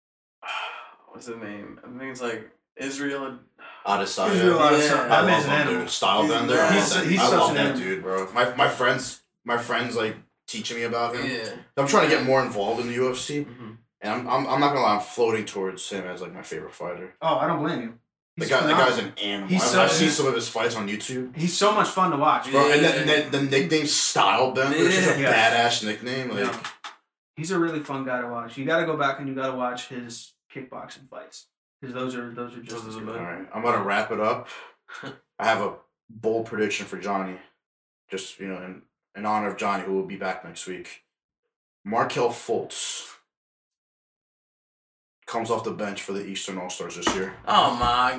[SPEAKER 2] what's his name? I think it's like Israel.
[SPEAKER 1] Adesanya.
[SPEAKER 3] Israel
[SPEAKER 2] uh, Yeah.
[SPEAKER 3] Adesanya.
[SPEAKER 2] I
[SPEAKER 1] I
[SPEAKER 3] That man's
[SPEAKER 1] love
[SPEAKER 3] an
[SPEAKER 1] him,
[SPEAKER 3] animal.
[SPEAKER 1] dude. Style
[SPEAKER 2] He's a
[SPEAKER 1] bender.
[SPEAKER 2] man.
[SPEAKER 1] I
[SPEAKER 2] He's-
[SPEAKER 1] love that,
[SPEAKER 3] he's
[SPEAKER 1] I
[SPEAKER 3] such
[SPEAKER 1] love
[SPEAKER 3] an
[SPEAKER 1] that
[SPEAKER 3] animal.
[SPEAKER 1] dude, bro. My my friends, my friends like teaching me about him.
[SPEAKER 2] Yeah.
[SPEAKER 1] I'm trying to get more involved in the UFC,
[SPEAKER 2] Mhm.
[SPEAKER 1] and I'm, I'm, I'm not gonna lie, I'm floating towards him as like my favorite fighter.
[SPEAKER 3] Oh, I don't blame you.
[SPEAKER 1] The
[SPEAKER 3] He's
[SPEAKER 1] guy, the
[SPEAKER 3] phenomenal.
[SPEAKER 1] guy's an animal.
[SPEAKER 3] He's
[SPEAKER 1] I've,
[SPEAKER 3] so-
[SPEAKER 1] I've seen some of his fights on YouTube.
[SPEAKER 3] He's so much fun to watch.
[SPEAKER 1] Bro, and
[SPEAKER 2] Yeah.
[SPEAKER 1] then, then the nickname Stylebender, which is a
[SPEAKER 3] Yeah.
[SPEAKER 1] badass nickname. Like,
[SPEAKER 3] Yeah. He's a really fun guy to watch. You got to go back and you got to watch his kickboxing fights because those are those are just.
[SPEAKER 2] Those
[SPEAKER 3] as
[SPEAKER 2] are the
[SPEAKER 3] good.
[SPEAKER 1] all right, I'm gonna wrap it up. I have a bold prediction for Johnny, just you know, in, in honor of Johnny, who will be back next week. Markel Fultz comes off the bench for the Eastern All Stars this year.
[SPEAKER 2] Oh my